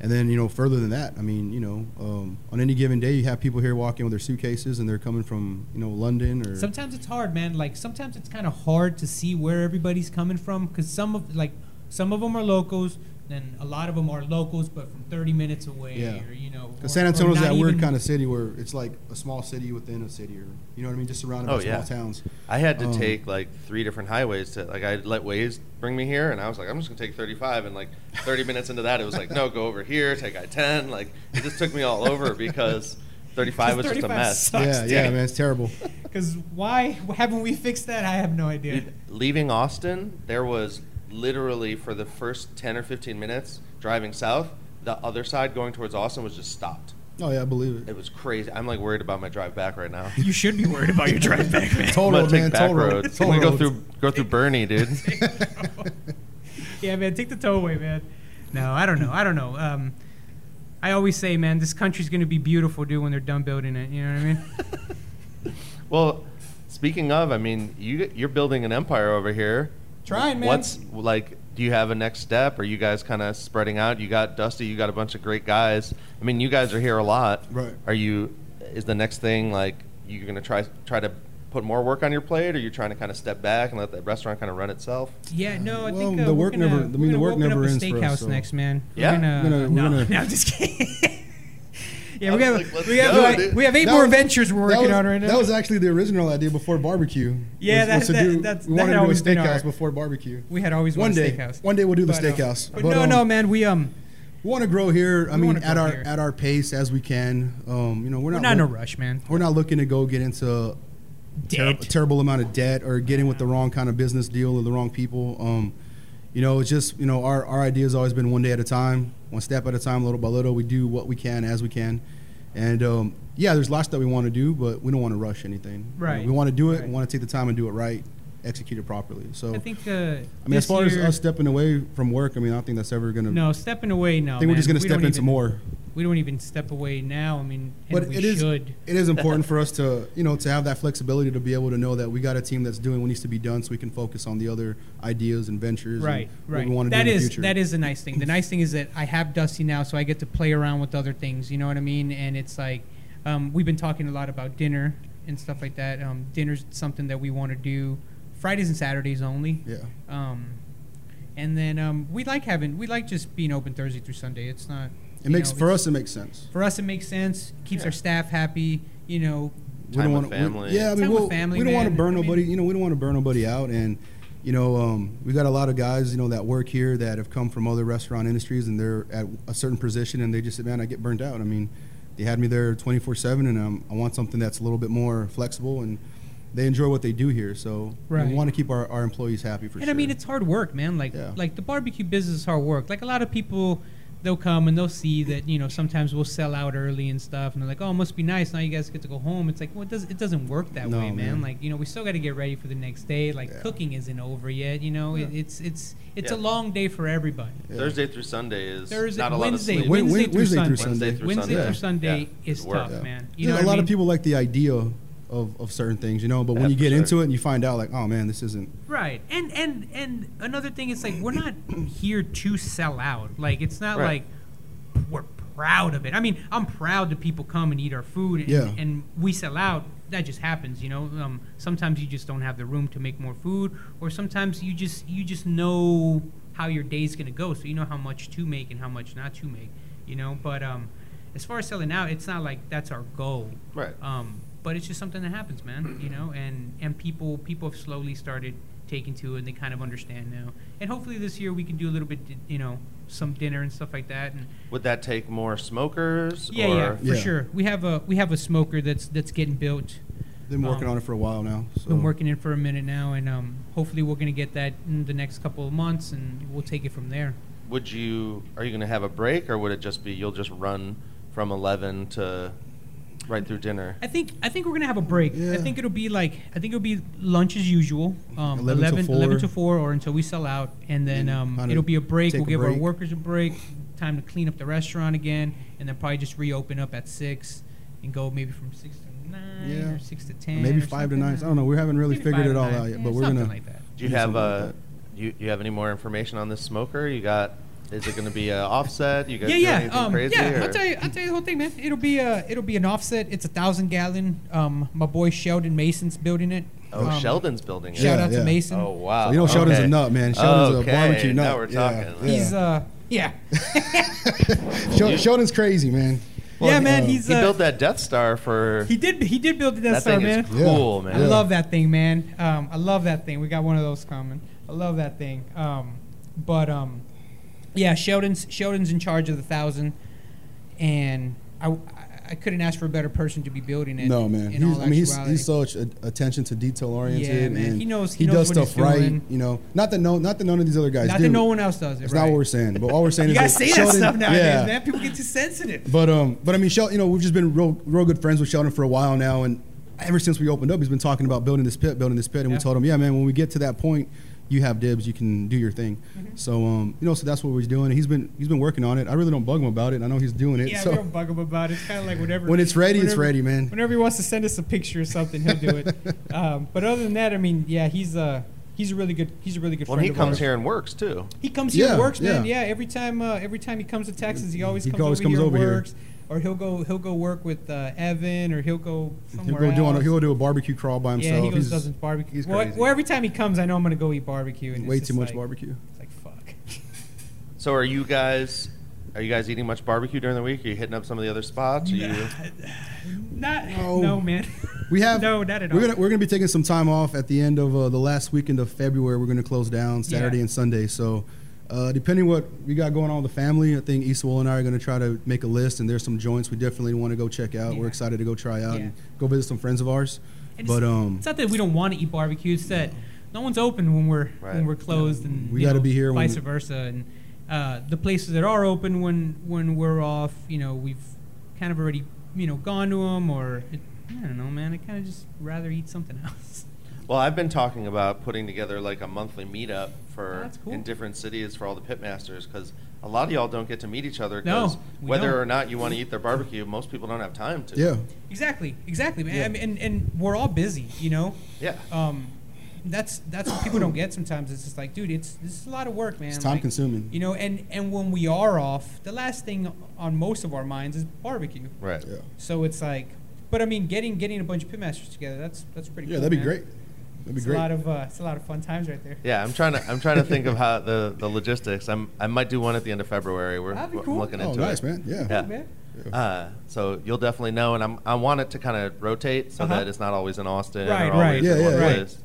Speaker 4: and then you know further than that. I mean, you know, um, on any given day, you have people here walking with their suitcases, and they're coming from you know London or
Speaker 3: Sometimes it's hard, man. Like sometimes it's kind of hard to see where everybody's coming from because some of like some of them are locals, and a lot of them are locals, but from 30 minutes away,
Speaker 4: Yeah.
Speaker 3: or you know.
Speaker 4: Because San Antonio's that weird kind of city where it's like a small city within a city, or you know what I mean, just surrounded
Speaker 5: Oh,
Speaker 4: by
Speaker 5: yeah.
Speaker 4: small towns.
Speaker 5: I had to
Speaker 4: Um,
Speaker 5: take like three different highways to like I let Waze bring me here, and I was like, I'm just gonna take 35, and like 30 minutes into that, it was like, no, go over here, take I-10. Like it just took me all over because 35 was just a mess.
Speaker 4: Yeah, yeah, man, it's terrible.
Speaker 3: Because why haven't we fixed that? I have no idea.
Speaker 5: Dude, leaving Austin, there was literally for the first 10 or 15 minutes driving south, the other side going towards Austin was just stopped.
Speaker 4: Oh yeah, I believe
Speaker 5: It
Speaker 4: it.
Speaker 5: was crazy. I'm like worried about my drive back right now.
Speaker 3: You should be worried about your drive back, man.
Speaker 4: Toll
Speaker 5: I'm gonna
Speaker 4: road,
Speaker 5: take
Speaker 4: man,
Speaker 5: back
Speaker 4: toll road,
Speaker 5: roads.
Speaker 4: toll
Speaker 5: I'm gonna go
Speaker 4: roads.
Speaker 5: through go through Bernie, dude.
Speaker 3: yeah, man, take the tow away, man. No, I don't know. I don't know. Um, I always say, man, this country's gonna be beautiful, dude, when they're done building it. You know what I mean?
Speaker 5: Well, speaking of, I mean, you you're building an empire over here.
Speaker 3: Trying, man.
Speaker 5: What's like? Do you have a next step? Are you guys kind of spreading out? You got Dusty. You got a bunch of great guys. I mean, you guys are here a lot.
Speaker 4: Right.
Speaker 5: Are you? Is the next thing like you're gonna try try to put more work on your plate, or you're trying to kind of step back and let that restaurant kind of run itself?
Speaker 3: Yeah, no, I
Speaker 4: Well,
Speaker 3: think
Speaker 4: the
Speaker 3: uh, we're
Speaker 4: work
Speaker 3: gonna,
Speaker 4: never- I
Speaker 3: we're
Speaker 4: mean, the
Speaker 3: gonna
Speaker 4: work
Speaker 3: open
Speaker 4: never
Speaker 3: up a
Speaker 4: ends for
Speaker 3: steakhouse
Speaker 4: us, so-
Speaker 3: next, man.
Speaker 5: Yeah.
Speaker 3: we're gonna,
Speaker 4: We're gonna- we're
Speaker 3: no,
Speaker 4: gonna-
Speaker 3: no, I'm just kidding.
Speaker 6: Yeah,
Speaker 5: I
Speaker 6: we have
Speaker 5: was like, let's
Speaker 6: we have
Speaker 5: go,
Speaker 6: like,
Speaker 5: dude.
Speaker 6: we have eight
Speaker 4: That
Speaker 6: more
Speaker 4: was-
Speaker 6: ventures we're
Speaker 4: that
Speaker 6: working
Speaker 4: was-
Speaker 6: on right now.
Speaker 4: That was actually the original idea before barbecue.
Speaker 6: Yeah,
Speaker 4: was-
Speaker 6: that-
Speaker 4: was to
Speaker 6: that-
Speaker 4: do-
Speaker 6: that's-
Speaker 4: we
Speaker 6: that
Speaker 4: wanted
Speaker 6: had
Speaker 4: to do a
Speaker 6: always been
Speaker 4: steakhouse
Speaker 6: our-
Speaker 4: before barbecue.
Speaker 6: we had always
Speaker 4: One
Speaker 6: wanted
Speaker 4: day,
Speaker 6: steakhouse.
Speaker 4: one day we'll do the
Speaker 3: uh,
Speaker 6: But, um,
Speaker 4: steakhouse.
Speaker 6: But, no,
Speaker 4: um,
Speaker 6: no, man, we um
Speaker 4: we want to grow here. I
Speaker 6: We
Speaker 4: mean,
Speaker 6: wanna
Speaker 4: at
Speaker 6: grow
Speaker 4: our
Speaker 6: here.
Speaker 4: at our pace as we can. Um, you know, we're
Speaker 6: we're
Speaker 4: not
Speaker 6: not in a
Speaker 4: look-
Speaker 6: rush, man.
Speaker 4: we're not looking to go get into ter-
Speaker 6: Debt.
Speaker 4: terrible amount of debt or getting with the wrong kind of business deal or the wrong people. Um, you know, it's just you know our our idea has always been one day at a time, one step at a time, little by little. We do what we can as we can, and um, yeah, there's lots that we want to do, but we don't want to rush anything. You know,
Speaker 6: Right.
Speaker 4: we want to do it.
Speaker 6: Right.
Speaker 4: We want to take the time and do it right, execute it properly. So.
Speaker 3: I
Speaker 4: I
Speaker 3: think. Uh,
Speaker 4: mean, as
Speaker 3: this
Speaker 4: far as
Speaker 3: year-
Speaker 4: us stepping away from work, I mean, I don't think that's ever going to.
Speaker 3: no stepping away. No,
Speaker 4: I think we're just
Speaker 3: man.
Speaker 4: going to
Speaker 3: We
Speaker 4: step
Speaker 3: don't
Speaker 4: into
Speaker 3: even-
Speaker 4: more.
Speaker 3: We don't even step away now. I mean, and
Speaker 4: but
Speaker 3: we
Speaker 4: it is
Speaker 3: should.
Speaker 4: it is important for us to you know to have that flexibility to be able to know that we got a team that's doing what needs to be done so we can focus on the other ideas and ventures
Speaker 3: Right,
Speaker 4: and
Speaker 3: right.
Speaker 4: what we want to
Speaker 3: That
Speaker 4: do in
Speaker 3: is-
Speaker 4: the future
Speaker 3: that is a nice thing. The nice thing is that I have Dusty now, so I get to play around with other things. You know what I mean? And it's like um, we've been talking a lot about dinner and stuff like that. Um, dinner's something that we want to do Fridays and Saturdays only.
Speaker 4: yeah
Speaker 3: Um, and then um, we like having we like just being open Thursday through Sunday. It's not.
Speaker 4: it
Speaker 3: you
Speaker 4: makes
Speaker 3: know,
Speaker 4: for
Speaker 3: it's-
Speaker 4: us it makes sense
Speaker 3: For us, it makes sense. Keeps
Speaker 4: Yeah.
Speaker 3: our staff happy. You know,
Speaker 5: Time with
Speaker 4: we don't wanna- we-
Speaker 5: family.
Speaker 4: yeah, I
Speaker 3: Time
Speaker 4: mean,
Speaker 3: with
Speaker 4: we'll-
Speaker 3: family,
Speaker 4: we don't want to
Speaker 3: man. I
Speaker 4: burn
Speaker 3: mean-
Speaker 4: nobody. you know, we don't want to burn nobody out, and you know, um, we got a lot of guys, you know, that work here that have come from other restaurant industries, and they're at a certain position, and they just said, "Man, I get burnt out." I mean, they had me there twenty four seven, and um, I want something that's a little bit more flexible, and they enjoy what they do here, so
Speaker 3: Right.
Speaker 4: we want to keep our, our employees happy for
Speaker 3: and
Speaker 4: sure.
Speaker 3: I mean, it's hard work, man. Like
Speaker 4: Yeah.
Speaker 3: like the barbecue business is hard work. Like a lot of people, they'll come and they'll see that you know sometimes we'll sell out early and stuff, and they're like, oh, it must be nice. Now you guys get to go home. It's like, well, it does it doesn't work that
Speaker 4: No,
Speaker 3: way, man.
Speaker 4: man.
Speaker 3: Like you know, we still got to get ready for the next day. Like
Speaker 4: Yeah.
Speaker 3: cooking isn't over yet. You know, it,
Speaker 4: Yeah.
Speaker 3: it's it's it's a
Speaker 5: Yeah.
Speaker 3: long day for everybody.
Speaker 4: Yeah.
Speaker 5: Thursday through Sunday is
Speaker 3: Thursday,
Speaker 5: not a
Speaker 3: Wednesday,
Speaker 5: lot of sleep.
Speaker 4: Wed-
Speaker 3: Wednesday,
Speaker 4: Wed-
Speaker 3: through
Speaker 4: Wednesday through
Speaker 3: Sunday.
Speaker 4: Sunday.
Speaker 5: Wednesday through
Speaker 3: Wednesday
Speaker 5: Sunday.
Speaker 3: through Sunday
Speaker 5: Yeah.
Speaker 3: is
Speaker 5: Good work.
Speaker 3: tough,
Speaker 5: Yeah.
Speaker 3: man. You
Speaker 4: You know,
Speaker 3: know,
Speaker 4: a
Speaker 3: what
Speaker 4: lot
Speaker 3: I mean?
Speaker 4: of people like the idea of of certain things, you know, but
Speaker 5: Yeah,
Speaker 4: when you
Speaker 5: for
Speaker 4: get
Speaker 5: sure.
Speaker 4: into it and you find out, like, oh man, this isn't.
Speaker 3: Right. And and and another thing is like we're not here to sell out. Like it's not
Speaker 5: Right.
Speaker 3: like we're proud of it. I mean, I'm proud that people come and eat our food and,
Speaker 4: Yeah.
Speaker 3: and we sell out. That just happens, you know. Um, sometimes you just don't have the room to make more food or sometimes you just you just know how your day's going to go, so you know how much to make and how much not to make, you know? But um as far as selling out, it's not like that's our goal.
Speaker 5: Right.
Speaker 3: Um, but it's just something that happens, man. You know, and and people people have slowly started taking to it, and they kind of understand now. And hopefully this year we can do a little bit, you know, some dinner and stuff like that. And
Speaker 5: Would that take more smokers?
Speaker 3: yeah,
Speaker 5: or
Speaker 3: yeah, for
Speaker 4: Yeah.
Speaker 3: sure. We have a we have a smoker that's that's getting built.
Speaker 4: Been working
Speaker 3: Um,
Speaker 4: on it for a while now. So.
Speaker 3: Been working in for a minute now, and um, hopefully we're gonna get that in the next couple of months, and we'll take it from there.
Speaker 5: Would you? Are you going to have a break, or would it just be you'll just run from eleven to right through dinner?
Speaker 3: I think I think we're gonna have a break. I
Speaker 4: Yeah.
Speaker 3: think it'll be like I think it'll be lunch as usual, um, 11, 11, to 4. or until we sell out, and then
Speaker 4: And
Speaker 3: um,
Speaker 4: kinda
Speaker 3: it'll be a break.
Speaker 4: take
Speaker 3: We'll
Speaker 4: a
Speaker 3: give our
Speaker 4: break.
Speaker 3: workers a break, time to clean up the restaurant again, and then probably just reopen up at six and go maybe from six to nine
Speaker 4: Yeah.
Speaker 3: or six to ten,
Speaker 4: maybe
Speaker 3: or
Speaker 4: five to
Speaker 3: something
Speaker 4: nine.
Speaker 3: like-
Speaker 4: I don't know. We haven't really
Speaker 3: maybe
Speaker 4: figured
Speaker 3: five
Speaker 4: it
Speaker 3: to
Speaker 4: all
Speaker 3: nine.
Speaker 4: out yet,
Speaker 3: Yeah,
Speaker 4: but we're
Speaker 3: something
Speaker 4: gonna.
Speaker 3: like that.
Speaker 5: Do you
Speaker 4: do
Speaker 5: have
Speaker 4: something
Speaker 5: uh,
Speaker 4: like
Speaker 5: you you have any more information on this smoker? You got? Is it going to be an offset? You guys
Speaker 3: Yeah,
Speaker 5: doing
Speaker 3: yeah,
Speaker 5: anything
Speaker 3: um,
Speaker 5: crazy?
Speaker 3: yeah.
Speaker 5: or-
Speaker 3: I'll tell you, I'll tell you the whole thing, man. It'll be a, it'll be an offset. It's a thousand gallon. Um, my boy Sheldon Mason's building it.
Speaker 5: Oh,
Speaker 3: Um,
Speaker 5: Sheldon's building. it.
Speaker 3: Shout
Speaker 4: Yeah,
Speaker 3: out
Speaker 4: yeah.
Speaker 3: to Mason.
Speaker 5: Oh wow.
Speaker 4: So you know Sheldon's a nut, man. Sheldon's a
Speaker 5: okay.
Speaker 4: barbecue
Speaker 5: Now
Speaker 4: nut.
Speaker 5: we're
Speaker 4: Yeah,
Speaker 5: talking.
Speaker 4: yeah.
Speaker 3: He's uh yeah.
Speaker 4: Shel- Sheldon's crazy, man.
Speaker 3: yeah, man,
Speaker 4: uh,
Speaker 3: he's
Speaker 5: He
Speaker 3: uh,
Speaker 5: built that Death Star for.
Speaker 3: he did he did build the Death
Speaker 5: that
Speaker 3: Star,
Speaker 5: thing
Speaker 3: man.
Speaker 5: is cool,
Speaker 4: Yeah.
Speaker 5: man.
Speaker 3: I love that thing, man. Um, I love that thing. We got one of those coming. I love that thing. Um, but um, yeah, Sheldon's Sheldon's in charge of the thousand, and I I- I couldn't ask for a better person to be building it.
Speaker 4: No, man.
Speaker 3: in
Speaker 4: He's,
Speaker 3: all
Speaker 4: I mean, he's,
Speaker 3: actuality.
Speaker 4: he's such a, attention to detail oriented.
Speaker 3: Yeah, man.
Speaker 4: And
Speaker 3: He knows- he
Speaker 4: He,
Speaker 3: knows
Speaker 4: does
Speaker 3: what he's
Speaker 4: stuff right.
Speaker 3: doing.
Speaker 4: You know, not that no, not that none of these other guys
Speaker 3: not
Speaker 4: do.
Speaker 3: that no one else does it.
Speaker 4: That's
Speaker 3: right?
Speaker 4: not what we're saying. But all we're saying
Speaker 3: you
Speaker 4: is
Speaker 3: gotta
Speaker 4: that
Speaker 3: say that
Speaker 4: Sheldon-
Speaker 3: stuff nowadays,
Speaker 4: yeah.
Speaker 3: man. People get too sensitive.
Speaker 4: But um, but I mean, Shel- you know, we've just been real, real good friends with Sheldon for a while now, and ever since we opened up, he's been talking about building this pit, building this pit, and
Speaker 3: Yeah.
Speaker 4: we told him, yeah, man, when we get to that point, you have dibs, you can do your thing.
Speaker 3: Mm-hmm.
Speaker 4: So um, you know, so that's what we're doing. He's been he's been working on it. I really don't bug him about it. I know he's doing it.
Speaker 3: Yeah,
Speaker 4: so
Speaker 3: we don't bug him about it. It's kind of like whenever
Speaker 4: When it's ready, it's
Speaker 3: whenever-
Speaker 4: ready, man.
Speaker 3: Whenever he wants to send us a picture or something, he'll do it. um, but other than that, I mean, yeah, he's uh, he's a really good he's a really good
Speaker 5: Well,
Speaker 3: friend.
Speaker 5: he
Speaker 3: of
Speaker 5: comes
Speaker 3: ours.
Speaker 5: here and works too.
Speaker 3: He comes here, and
Speaker 4: Yeah,
Speaker 3: works, man. Yeah,
Speaker 4: yeah.
Speaker 3: every time uh, every time he comes to Texas, he always
Speaker 4: He
Speaker 3: comes
Speaker 4: always
Speaker 3: over
Speaker 4: comes
Speaker 3: here
Speaker 4: over
Speaker 3: and
Speaker 4: here.
Speaker 3: works. Or he'll go he'll go work with uh, Evan, or he'll go
Speaker 4: he'll
Speaker 3: somewhere
Speaker 4: go do
Speaker 3: else.
Speaker 4: on, he'll do a barbecue crawl by himself.
Speaker 3: yeah, he goes
Speaker 4: He's
Speaker 3: does his barbecue.
Speaker 4: he's
Speaker 3: well,
Speaker 4: crazy.
Speaker 3: well, every time he comes, I know I'm gonna go eat barbecue. And it's
Speaker 4: way
Speaker 3: just
Speaker 4: too much
Speaker 3: like-
Speaker 4: barbecue.
Speaker 3: It's like fuck.
Speaker 5: So are you guys are you guys eating much barbecue during the week? Are you hitting up some of the other spots? Are you?
Speaker 3: Not,
Speaker 4: No.
Speaker 3: no, man.
Speaker 4: We have
Speaker 3: No, not at
Speaker 4: we're
Speaker 3: all.
Speaker 4: Gonna, we're going to be taking some time off at the end of uh, the last weekend of February. We're going to close down Saturday
Speaker 3: Yeah.
Speaker 4: and Sunday. So, uh, depending what we got going on with the family, I think Eastwell and I are going to try to make a list. And there's some joints we definitely want to go check out. We're
Speaker 3: Yeah.
Speaker 4: excited to go try out and
Speaker 3: Yeah.
Speaker 4: go visit some friends of ours.
Speaker 3: And
Speaker 4: But
Speaker 3: it's,
Speaker 4: um,
Speaker 3: it's not that we don't want to eat barbecue. It's that no one's open when we're
Speaker 5: Right.
Speaker 3: when we're closed, and
Speaker 4: We
Speaker 3: you
Speaker 4: gotta
Speaker 3: know,
Speaker 4: be here when
Speaker 3: Vice
Speaker 4: we-
Speaker 3: versa, and uh, the places that are open when when we're off, you know, we've kind of already you know gone to them, or it, I don't know, man. I kind of just rather eat something else.
Speaker 5: Well, I've been talking about putting together like a monthly meetup for
Speaker 3: Oh, That's cool.
Speaker 5: in different cities for all the pitmasters because a lot of y'all don't get to meet each other.
Speaker 3: No,
Speaker 5: 'cause
Speaker 3: we
Speaker 5: whether
Speaker 3: don't.
Speaker 5: or not you want to eat their barbecue, most people don't have time to.
Speaker 4: yeah,
Speaker 3: Exactly, exactly, man.
Speaker 4: Yeah.
Speaker 3: I mean, and and we're all busy, you know.
Speaker 5: Yeah.
Speaker 3: Um, that's that's what people don't get sometimes. It's just like, dude, it's this is a lot of work, man.
Speaker 4: it's time
Speaker 3: Like,
Speaker 4: consuming.
Speaker 3: You know, and and when we are off, the last thing on most of our minds is barbecue.
Speaker 5: Right.
Speaker 4: yeah,
Speaker 3: So it's like, but I mean, getting getting a bunch of pitmasters together, that's that's pretty.
Speaker 4: yeah,
Speaker 3: cool,
Speaker 4: that'd be
Speaker 3: man.
Speaker 4: great. That'd be
Speaker 3: it's
Speaker 4: great.
Speaker 3: a lot of uh, it's a lot of fun times right there.
Speaker 5: Yeah, I'm trying to. I'm trying to think of how the, the logistics. I'm. I might do one at the end of February. We're
Speaker 3: That'd be
Speaker 5: I'm
Speaker 3: cool.
Speaker 5: looking
Speaker 4: oh,
Speaker 5: into
Speaker 4: nice
Speaker 5: it.
Speaker 4: man. Yeah.
Speaker 5: Yeah.
Speaker 3: Man.
Speaker 5: Uh, so you'll definitely know, and I'm, I want it to kind of rotate so
Speaker 3: Uh-huh.
Speaker 5: that it's not always in Austin.
Speaker 3: Right,
Speaker 5: or always
Speaker 3: right.
Speaker 5: in
Speaker 4: Yeah,
Speaker 5: one
Speaker 4: yeah, right.
Speaker 5: place.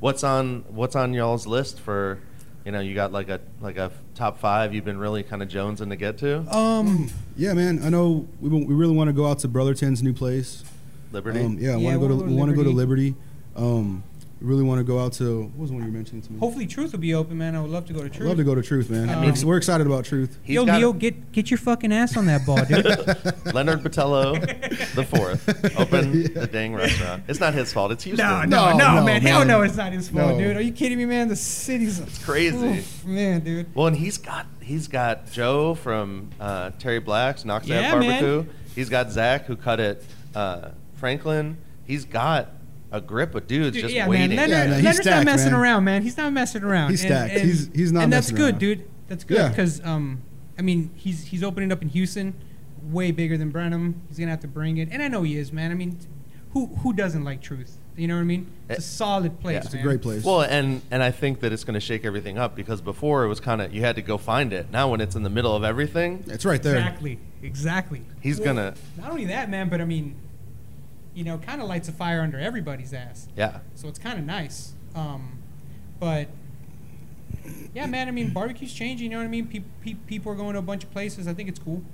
Speaker 5: What's on What's on y'all's list for? You know, you got like a like a top five you've been really kind of jonesing to get to.
Speaker 3: Um,
Speaker 4: Yeah, man. I know we, we really want to go out to Brotherton's new place.
Speaker 5: Liberty.
Speaker 4: Um, yeah, I
Speaker 3: Yeah,
Speaker 4: want to go
Speaker 3: we'll go
Speaker 4: to we
Speaker 3: to
Speaker 4: want to go to Liberty. Um, really want to go out to what was the one you mentioned to me?
Speaker 3: hopefully Truth will be open, man. I would love to go to Truth.
Speaker 4: I'd love to go to Truth, man.
Speaker 3: I
Speaker 4: I
Speaker 3: mean-
Speaker 4: mean, we're excited about Truth.
Speaker 5: He's
Speaker 3: Yo,
Speaker 5: got
Speaker 3: Leo, get get your fucking ass on that ball, dude.
Speaker 5: Leonard Botello the fourth open the dang restaurant. It's not his fault. It's Houston.
Speaker 3: no, no, no,
Speaker 4: No, no,
Speaker 3: man. Hell
Speaker 4: man.
Speaker 3: no, it's not his fault,
Speaker 4: No.
Speaker 3: dude. Are you kidding me, man? The city's
Speaker 5: crazy.
Speaker 3: Oof, man, dude.
Speaker 5: Well, and he's got he's got Joe from uh, Terry Black's Knox
Speaker 3: Yeah,
Speaker 5: Out
Speaker 3: man.
Speaker 5: Barbecue. He's got Zach who cut at uh, Franklin. He's got a grip of dudes
Speaker 3: Dude,
Speaker 5: just
Speaker 3: yeah,
Speaker 5: waiting.
Speaker 3: man. Leonard,
Speaker 4: Yeah, no, he's
Speaker 3: Leonard's
Speaker 4: stacked,
Speaker 3: not messing
Speaker 4: man.
Speaker 3: around, man. He's not messing around.
Speaker 4: He's stacked. He's- he's not
Speaker 3: And that's
Speaker 4: messing
Speaker 3: good,
Speaker 4: around.
Speaker 3: dude. That's good
Speaker 4: Yeah.
Speaker 3: because um, I mean, he's he's opening up in Houston, way bigger than Brenham. He's gonna have to bring it, and I know he is, man. I mean, who who doesn't like Truth? You know what I mean? It's a
Speaker 5: Eh,
Speaker 3: solid place.
Speaker 5: yeah. It's a
Speaker 3: man.
Speaker 4: Great place.
Speaker 5: Well, and and I think that it's going to shake everything up because before it was kind of you had to go find it. Now when it's in the middle of everything,
Speaker 4: it's right there.
Speaker 3: Exactly. Exactly.
Speaker 5: he's gonna
Speaker 3: Not only that, man, but I mean, you know, kind of lights a fire under everybody's ass.
Speaker 5: yeah.
Speaker 3: so it's kind of nice. Um, but yeah, man, I mean, barbecue's changing. You know what I mean? Pe- pe- people are going to a bunch of places. I think it's cool.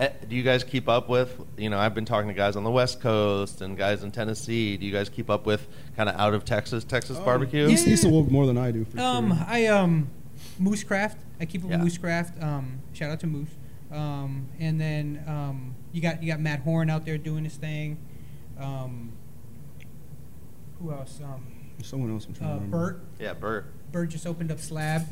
Speaker 5: Eh, Do you guys keep up with? You know, I've been talking to guys on the West Coast and guys in Tennessee. Do you guys keep up with kind of out of Texas, Texas
Speaker 4: Oh.
Speaker 5: barbecue?
Speaker 4: East, East awoke more than I do. For
Speaker 3: Um,
Speaker 4: sure.
Speaker 3: I um, Moosecraft. I keep up with
Speaker 5: Yeah.
Speaker 3: Moosecraft. Um, shout out to Moose. Um, and then um, you got you got Matt Horn out there doing his thing. Um, who else? Um,
Speaker 4: someone else. I'm trying to
Speaker 3: uh,
Speaker 4: remember.
Speaker 3: Bert.
Speaker 5: Yeah, Bert.
Speaker 3: Bird just opened up Slab.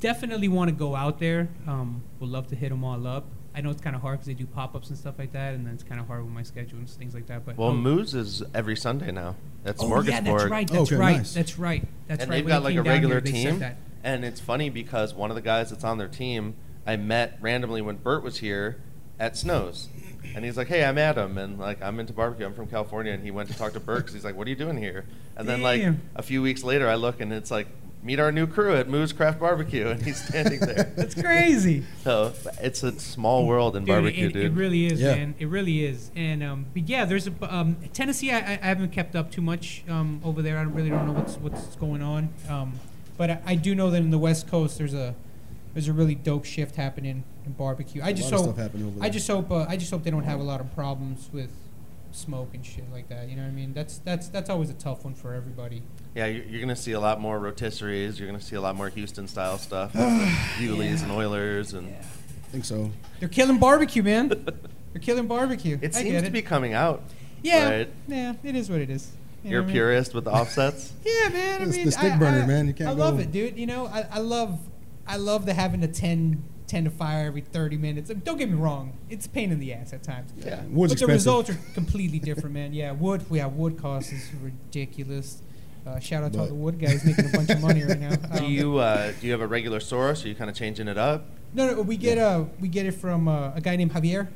Speaker 3: Definitely want to go out there. Um, would love to hit them all up. I know it's kind of hard because they do pop ups and stuff like that, and then it's kind of hard with my schedule and things like that. But
Speaker 5: Well,
Speaker 3: oh,
Speaker 5: Moose is every Sunday now. That's
Speaker 3: oh,
Speaker 5: Smorgasbord.
Speaker 3: yeah, that's right.
Speaker 4: Oh,
Speaker 3: That's
Speaker 4: okay,
Speaker 3: right.
Speaker 4: nice.
Speaker 3: That's right. That's
Speaker 5: and
Speaker 3: right.
Speaker 5: they've
Speaker 3: When I
Speaker 5: got like
Speaker 3: came
Speaker 5: a
Speaker 3: down
Speaker 5: regular
Speaker 3: here, they said
Speaker 5: team.
Speaker 3: that.
Speaker 5: And it's funny because one of the guys that's on their team, I met randomly when Bert was here at Snow's. And he's like, hey, I'm Adam. And like, I'm into barbecue. I'm from California. And he went to talk to Bert 'cause he's like, what are you doing here? And then like
Speaker 3: Damn.
Speaker 5: a few weeks later, I look and it's like, meet our new crew at Moose Craft Barbecue. And he's standing there.
Speaker 3: That's crazy.
Speaker 5: so it's a small world in
Speaker 3: Dude,
Speaker 5: barbecue,
Speaker 3: it,
Speaker 5: dude.
Speaker 3: It really is,
Speaker 4: Yeah.
Speaker 3: man. It really is. And um, but yeah, there's a um, Tennessee. I, I I haven't kept up too much um, over there. I really don't know what's what's going on. Um, but I, I do know that in the West Coast, there's a there's a really dope shift happening in barbecue. I
Speaker 4: A
Speaker 3: just
Speaker 4: lot of
Speaker 3: hope
Speaker 4: stuff happening over
Speaker 3: I
Speaker 4: there.
Speaker 3: just hope uh, I just hope they don't have a lot of problems with smoke and shit like that. You know what I mean? That's that's that's always a tough one for everybody.
Speaker 5: Yeah, you're, you're going to see a lot more rotisseries. You're going to see a lot more Houston style stuff, with the Yulees and Oilers, and
Speaker 4: I think so.
Speaker 3: They're killing barbecue, man. They're killing barbecue.
Speaker 5: it
Speaker 3: I
Speaker 5: seems
Speaker 3: get
Speaker 5: to
Speaker 3: it.
Speaker 5: be coming out.
Speaker 3: yeah,
Speaker 5: right?
Speaker 3: yeah. It is what it is. You know
Speaker 5: You're a
Speaker 3: what I mean?
Speaker 5: purist with the offsets.
Speaker 3: Yeah, man. I
Speaker 4: It's
Speaker 3: mean,
Speaker 4: the stick
Speaker 3: I-
Speaker 4: burner,
Speaker 3: I-
Speaker 4: man. You can't
Speaker 3: I love
Speaker 4: go-
Speaker 3: it, dude. You know, I, I love, I love the having a 10, 10 to fire every thirty minutes. I mean, don't get me wrong; it's a pain in the ass at times.
Speaker 5: yeah.
Speaker 4: Wood's
Speaker 3: but the
Speaker 4: expensive.
Speaker 3: results are completely different, man. Yeah, wood. Yeah, wood cost is ridiculous. Uh, shout out to all
Speaker 4: But-
Speaker 3: the wood guys making a bunch of money right now. Um,
Speaker 5: Do you uh, do you have a regular source? Are you kind of changing it up?
Speaker 3: No, no. We get uh, we get it from uh, a guy named Javier.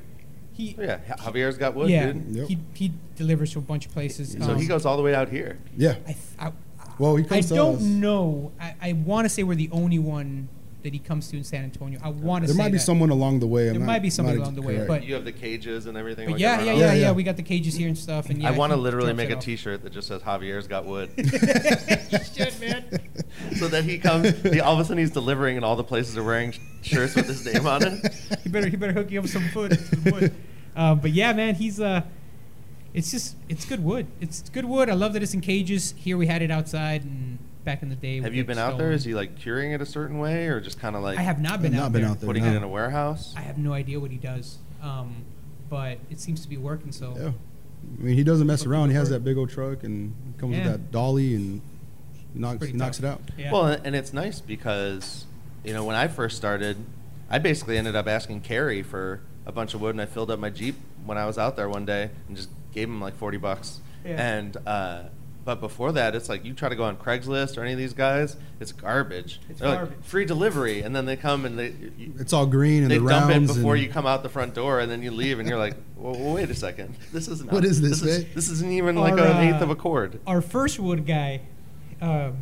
Speaker 3: He.
Speaker 5: Oh, yeah, Ja- Javier's got wood,
Speaker 3: yeah,
Speaker 5: dude.
Speaker 4: Yep.
Speaker 3: he, he delivers to a bunch of places.
Speaker 5: So
Speaker 3: um,
Speaker 5: he goes all the way out here.
Speaker 4: Yeah.
Speaker 3: I, th- I,
Speaker 4: Well, he
Speaker 3: I
Speaker 4: comes to
Speaker 3: don't
Speaker 4: us.
Speaker 3: know. I, I want to say we're the only one that he comes to in San Antonio. I want to
Speaker 4: There
Speaker 3: say
Speaker 4: might be
Speaker 3: that.
Speaker 4: someone along the way. I'm
Speaker 3: There
Speaker 4: not-
Speaker 3: might be somebody
Speaker 4: not
Speaker 3: along the way,
Speaker 4: correct.
Speaker 3: but-
Speaker 5: you have the cages and everything.
Speaker 3: But
Speaker 5: like
Speaker 3: yeah,
Speaker 5: around
Speaker 3: yeah,
Speaker 5: it.
Speaker 3: yeah, yeah,
Speaker 4: Yeah, yeah.
Speaker 3: We got the cages here and stuff. And yeah,
Speaker 5: I want to
Speaker 3: he
Speaker 5: literally
Speaker 3: drops
Speaker 5: make
Speaker 3: that
Speaker 5: a
Speaker 3: off.
Speaker 5: T-shirt that just says Javier's got wood,
Speaker 3: You should, man.
Speaker 5: so that he comes. He, all of a sudden, he's delivering, and all the places are wearing sh- shirts with his name on it.
Speaker 3: he better he better hook you up with some food. Some wood. Uh, but yeah, man, he's uh, it's just it's good wood. It's good wood. I love that it's in cages. Here we had it outside, and back in the day.
Speaker 5: Have
Speaker 3: we
Speaker 5: you
Speaker 3: got
Speaker 5: been out there?
Speaker 3: stolen.
Speaker 5: Is he like curing it a certain way, or just kind of like
Speaker 3: I have not been
Speaker 4: I've
Speaker 3: out
Speaker 4: been
Speaker 3: there.
Speaker 4: out there.
Speaker 5: putting it
Speaker 4: No.
Speaker 5: in a warehouse?
Speaker 3: I have no idea what he does, um, but it seems to be working. So
Speaker 4: Yeah. I mean, he doesn't mess
Speaker 3: Looking
Speaker 4: around. He has
Speaker 3: for-
Speaker 4: that big old truck and comes
Speaker 3: Yeah.
Speaker 4: with that dolly and knocks,
Speaker 3: pretty
Speaker 4: knocks
Speaker 3: tough.
Speaker 4: it out.
Speaker 3: yeah.
Speaker 5: Well, and it's nice because you know when I first started, I basically ended up asking Carrie for a bunch of wood, and I filled up my Jeep when I was out there one day and just gave him like forty bucks.
Speaker 3: Yeah.
Speaker 5: And uh, but before that, it's like you try to go on Craigslist or any of these guys, it's garbage.
Speaker 3: It's
Speaker 5: They're like,
Speaker 3: garbage.
Speaker 5: free delivery, and then they come and they. You,
Speaker 4: It's all green and
Speaker 5: they
Speaker 4: the
Speaker 5: dump it
Speaker 4: rounds.
Speaker 5: before
Speaker 4: and-
Speaker 5: you come out the front door, and then you leave, and you're like, well, wait a second. This is not.
Speaker 4: What is this,
Speaker 5: This,
Speaker 4: eh?"
Speaker 5: is, not even like
Speaker 3: Or,
Speaker 5: an
Speaker 3: uh,
Speaker 5: eighth of a chord.
Speaker 3: our first wood guy, um,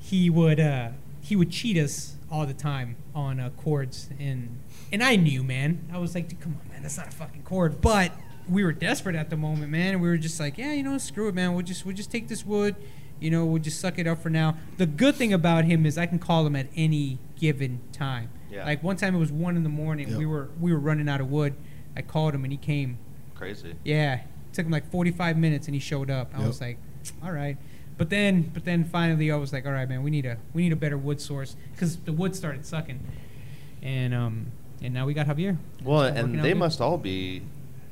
Speaker 3: he would uh, he would cheat us all the time on uh, chords, and and I knew, man. I was like, "Dude, come on, man, that's not a fucking chord. But we were desperate at the moment, man. We were just like, yeah, you know, screw it, man. We'll just we'll just take this wood, you know, we'll just suck it up for now. The good thing about him is I can call him at any given time.
Speaker 5: Yeah.
Speaker 3: Like one time it was one in the morning.
Speaker 4: Yeah.
Speaker 3: We were we were running out of wood. I called him and he came.
Speaker 5: Crazy.
Speaker 3: Yeah, it took him like 45 minutes, and he showed up. I
Speaker 4: Yep.
Speaker 3: was like, all right. But then, but then finally, I was like, all right, man, we need a we need a better wood source because the wood started sucking, and um and now we got Javier. It's
Speaker 5: Well,
Speaker 3: all working
Speaker 5: and
Speaker 3: out
Speaker 5: they
Speaker 3: good.
Speaker 5: must all be,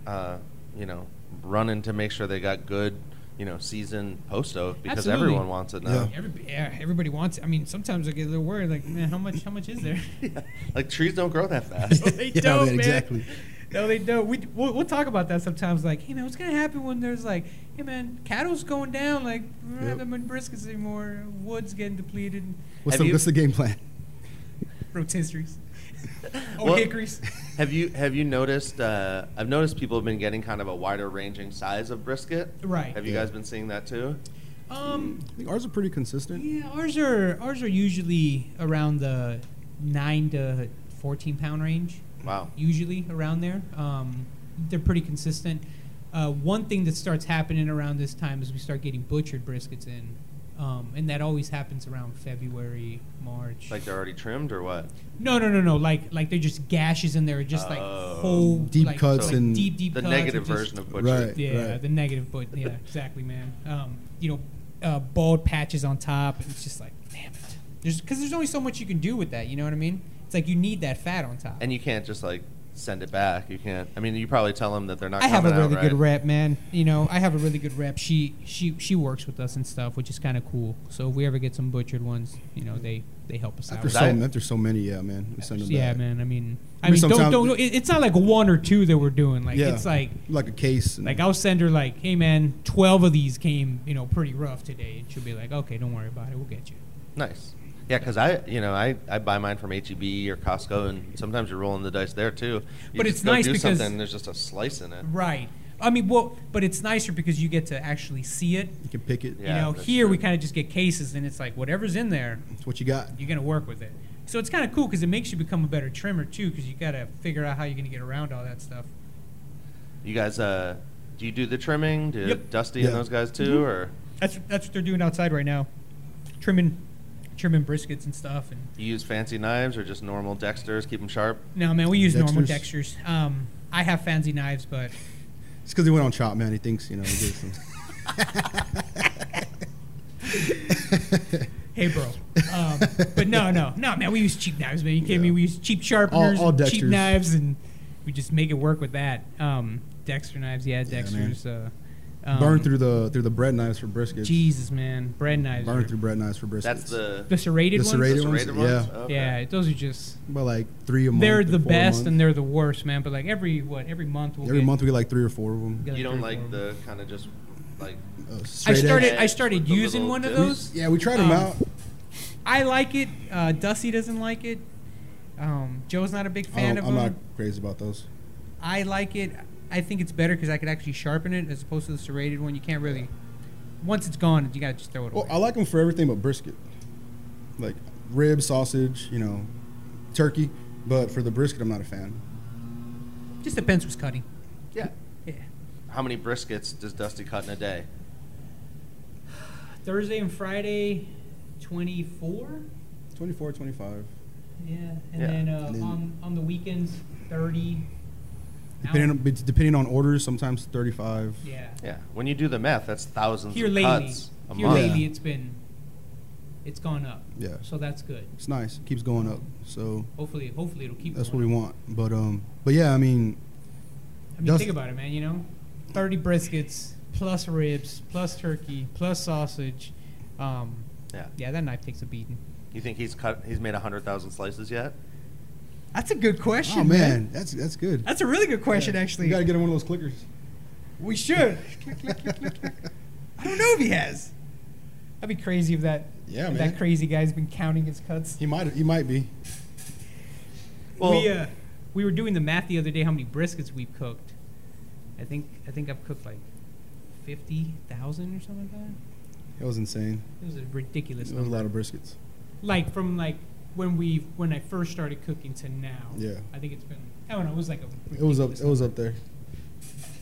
Speaker 5: uh, you know, running to make sure they got good, you know, seasoned post oak because
Speaker 3: Absolutely.
Speaker 5: everyone wants it now.
Speaker 3: Everybody, yeah, everybody wants. It. I mean, sometimes I get a little worried, like, man, how much how much is there?
Speaker 5: Like trees don't grow that fast.
Speaker 3: they
Speaker 4: Yeah,
Speaker 3: don't,
Speaker 4: man,
Speaker 3: man.
Speaker 4: exactly.
Speaker 3: No, they don't. We we'll, we'll talk about that sometimes. Like, hey man, what's gonna happen when there's like, hey man, cattle's going down. Like, we don't have
Speaker 4: Yep.
Speaker 3: that many briskets anymore. Wood's getting depleted.
Speaker 4: What's
Speaker 5: Have
Speaker 4: the,
Speaker 5: you-
Speaker 4: what's the game plan?
Speaker 3: rotisseries or
Speaker 5: Well-
Speaker 3: hickories.
Speaker 5: have you have you noticed? Uh, I've noticed people have been getting kind of a wider ranging size of brisket.
Speaker 3: Right.
Speaker 5: Have you
Speaker 4: Yeah.
Speaker 5: guys been seeing that too?
Speaker 3: Um,
Speaker 4: I think ours are pretty consistent.
Speaker 3: yeah, ours are ours are usually around the nine to fourteen pound range.
Speaker 5: Wow.
Speaker 3: Usually around there. Um, they're pretty consistent. Uh, one thing that starts happening around this time is we start getting butchered briskets in, um, and that always happens around February, March.
Speaker 5: Like they're already trimmed or what?
Speaker 3: no, no, no, no. Like like they're just gashes in there, just like
Speaker 5: Oh.
Speaker 3: whole
Speaker 4: Deep
Speaker 3: like,
Speaker 4: cuts
Speaker 3: like
Speaker 4: and-
Speaker 3: deep deep
Speaker 5: The
Speaker 3: cuts and
Speaker 5: negative
Speaker 3: just-
Speaker 5: version of butcher.
Speaker 4: Right.
Speaker 3: Yeah, the negative, but yeah, exactly, man. Um, you know, uh, bald patches on top. It's just like, damn it. There's because there's only so much you can do with that. You know what I mean? It's like you need that fat on top.
Speaker 5: And you can't just like send it back. You can't. I mean, you probably tell them that they're not.
Speaker 3: I have a
Speaker 5: coming out
Speaker 3: really good
Speaker 5: right.
Speaker 3: rep, man. You know, I have a really good rep. She she she works with us and stuff, which is kind of cool. So if we ever get some butchered ones, you know, they they help us out.
Speaker 4: After
Speaker 3: with
Speaker 4: so,
Speaker 5: I-
Speaker 4: after so many, yeah, man. We send them
Speaker 3: yeah,
Speaker 4: back.
Speaker 3: man. I mean, I
Speaker 4: I mean,
Speaker 3: mean, don't,
Speaker 4: sometimes-
Speaker 3: don't. it- It's not like one or two that we're doing. Like
Speaker 4: Yeah.
Speaker 3: it's like
Speaker 4: Like a case. And,
Speaker 3: Like I'll send her like, hey man, twelve of these came, you know, pretty rough today, and she'll be like, okay, don't worry about it, we'll get you.
Speaker 5: Nice. Yeah, because I, you know, I, I buy mine from HEB or Costco, and sometimes you're rolling the dice there too. You
Speaker 3: But
Speaker 5: just
Speaker 3: it's
Speaker 5: go
Speaker 3: nice
Speaker 5: do
Speaker 3: because-
Speaker 5: something, there's just a slice in it.
Speaker 3: Right. I mean, well, but it's nicer because you get to actually see it.
Speaker 4: you can pick it.
Speaker 5: Yeah.
Speaker 3: you know,
Speaker 5: that's
Speaker 3: here we
Speaker 5: true.
Speaker 3: kind of just get cases, and it's like whatever's in there,
Speaker 4: It's what you got.
Speaker 3: you're gonna work with it. So it's kind of cool because it makes you become a better trimmer too, because you gotta figure out how you're gonna get around all that stuff.
Speaker 5: You guys, uh, do you do the trimming? Do
Speaker 3: Yep. Mm-hmm.
Speaker 5: Dusty
Speaker 4: Yeah.
Speaker 5: and those guys too, or
Speaker 3: That's that's what they're doing outside right now, trimming, trimming briskets and stuff, and
Speaker 5: you use fancy knives or just normal Dexters? Keep them sharp.
Speaker 3: no man, we use normal
Speaker 4: Dexters.
Speaker 3: textures. Um, I have fancy knives, but.
Speaker 4: It's because he went on chop, man. He thinks, you know, he did some.
Speaker 3: Hey, bro. Um, but no, no, no, man. We use cheap knives, man. You kidding me?
Speaker 4: Yeah.
Speaker 3: We use cheap sharpeners,
Speaker 4: all
Speaker 3: and cheap
Speaker 4: Dexters.
Speaker 3: knives, and we just make it work with that. Um, Dexter knives, yeah, Dexters. uh, um,
Speaker 4: Burn through the through the bread knives for brisket.
Speaker 3: Jesus, man. Bread knives.
Speaker 4: Burn
Speaker 3: are-
Speaker 4: through bread knives for briskets.
Speaker 5: That's the
Speaker 3: the serrated
Speaker 4: The
Speaker 3: ones.
Speaker 4: serrated
Speaker 5: the
Speaker 4: ones?
Speaker 5: serrated ones.
Speaker 4: Yeah.
Speaker 5: Okay.
Speaker 3: Yeah, those are just.
Speaker 4: About like three a month.
Speaker 3: They're
Speaker 4: or
Speaker 3: the
Speaker 4: four a
Speaker 3: best
Speaker 4: month.
Speaker 3: and they're the worst, man. But like every what every month we'll
Speaker 4: Every
Speaker 3: get-
Speaker 4: month we get like three or four of them.
Speaker 3: get
Speaker 5: You don't
Speaker 3: three or four
Speaker 5: like
Speaker 3: of 'em.
Speaker 5: the kind of just like
Speaker 4: Uh,
Speaker 3: I
Speaker 4: straight edge.
Speaker 3: started. I
Speaker 5: edge with
Speaker 3: started
Speaker 5: the
Speaker 3: using
Speaker 5: little
Speaker 3: one of
Speaker 5: dips.
Speaker 3: those.
Speaker 4: Yeah, we tried them
Speaker 3: Um,
Speaker 4: out.
Speaker 3: I like it. Uh, Dusty doesn't like it. Um, Joe's not a big
Speaker 4: I
Speaker 3: fan
Speaker 4: don't,
Speaker 3: of
Speaker 4: Oh, I'm
Speaker 3: them.
Speaker 4: not crazy about those.
Speaker 3: I like it. I think it's better because I could actually sharpen it as opposed to the serrated one. You can't really. Once it's gone, you gotta just throw it
Speaker 4: Well,
Speaker 3: away.
Speaker 4: I like them for everything but brisket. Like rib, sausage, you know, turkey. But for the brisket, I'm not a fan.
Speaker 3: Just depends who's cutting.
Speaker 5: Yeah.
Speaker 3: Yeah.
Speaker 5: How many briskets does Dusty cut in a day?
Speaker 3: Thursday and Friday, 24.
Speaker 4: 24, 25.
Speaker 3: Yeah, and
Speaker 5: Yeah.
Speaker 3: then, uh,
Speaker 4: And then-
Speaker 3: on on the weekends, 30.
Speaker 4: Depending on, it's depending on orders, sometimes 35.
Speaker 3: yeah.
Speaker 5: Yeah. When you do the math, that's thousands
Speaker 3: Here
Speaker 5: of
Speaker 3: lately,
Speaker 5: cuts a
Speaker 3: here
Speaker 5: month.
Speaker 3: lately, it's been, it's gone up.
Speaker 4: Yeah.
Speaker 3: So that's good.
Speaker 4: It's nice. It keeps going up. So
Speaker 3: Hopefully, hopefully it'll keep.
Speaker 4: that's what
Speaker 3: going
Speaker 4: we
Speaker 3: up.
Speaker 4: want. But um, but yeah, I mean, oh,
Speaker 3: I mean,
Speaker 4: Dust-
Speaker 3: think about it, man. You know, 30 briskets plus ribs plus turkey plus sausage. Um,
Speaker 5: Yeah.
Speaker 3: yeah, that knife takes a beating.
Speaker 5: You think he's cut? He's made hundred thousand slices yet?
Speaker 3: That's a good question,
Speaker 4: oh man, that's that's good.
Speaker 3: That's a really good question, actually.
Speaker 4: You gotta get him one of those clickers.
Speaker 3: We should. I don't know if he has. That'd be crazy if that.
Speaker 4: Yeah,
Speaker 3: if
Speaker 4: man.
Speaker 3: That crazy guy's been counting his cuts.
Speaker 4: He might he might be.
Speaker 5: Well-
Speaker 3: we uh, we were doing the math the other day how many briskets we've cooked. I think I think I've cooked like fifty thousand or something like that.
Speaker 4: That was insane.
Speaker 3: It was a ridiculous
Speaker 4: It was a
Speaker 3: number.
Speaker 4: lot of briskets.
Speaker 3: Like from like when we when I first started cooking to now.
Speaker 4: Yeah.
Speaker 3: I think it's been I don't know. It was like a.
Speaker 4: It was up
Speaker 3: ridiculous
Speaker 4: it was up there.
Speaker 3: number,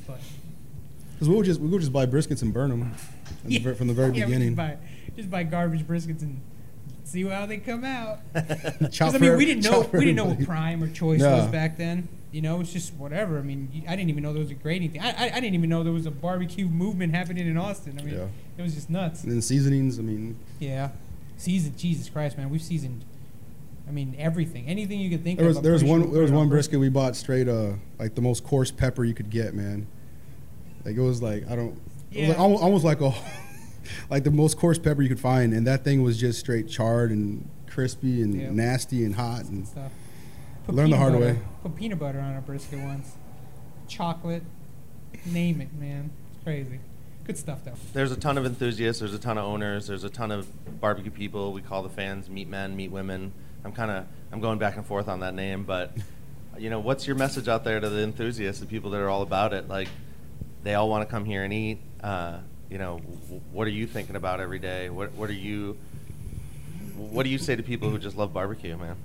Speaker 3: but-
Speaker 4: Cause we would just we would just buy briskets and burn them from the very
Speaker 3: Yeah, we
Speaker 4: beginning.
Speaker 3: Just buy, just buy garbage briskets and see how they come out. 'Cause,
Speaker 4: Chop
Speaker 3: I mean,
Speaker 4: for-
Speaker 3: we didn't know
Speaker 4: chop for
Speaker 3: we didn't know what
Speaker 4: everybody.
Speaker 3: prime or choice
Speaker 4: No.
Speaker 3: was back then. You know, it's just whatever. I mean, you- I didn't even know there was a grading thing. I, I, I didn't even know there was a barbecue movement happening in Austin. I mean,
Speaker 4: Yeah.
Speaker 3: it was just nuts.
Speaker 4: And then seasonings. I mean,
Speaker 3: Yeah, seasoned. Jesus Christ, man, we've seasoned. I mean, everything, anything you could think
Speaker 4: there
Speaker 3: of.
Speaker 4: was
Speaker 3: I'm
Speaker 4: there was
Speaker 3: pretty sure
Speaker 4: one
Speaker 3: we
Speaker 4: there was
Speaker 3: put on
Speaker 4: one brisket we bought straight uh like the most coarse pepper you could get, man. Like it was like I don't. It was
Speaker 3: Yeah.
Speaker 4: like, almost, almost like a like the most coarse pepper you could find, and that thing was just straight charred and crispy and
Speaker 3: Yeah.
Speaker 4: nasty and hot and
Speaker 3: Stuff.
Speaker 4: Learn the
Speaker 3: peanut
Speaker 4: hard
Speaker 3: butter-
Speaker 4: way.
Speaker 3: Put peanut butter on a brisket once. Chocolate. Name it, man. It's crazy. Good stuff, though.
Speaker 5: There's a ton of enthusiasts. There's a ton of owners. There's a ton of barbecue people. We call the fans meat men, meat women. I'm kind of I'm going back and forth on that name, but you know, what's your message out there to the enthusiasts, the people that are all about it? Like, they all want to come here and eat. Uh, you know, w- what are you thinking about every day? What What are you What do you say to people who just love barbecue, man?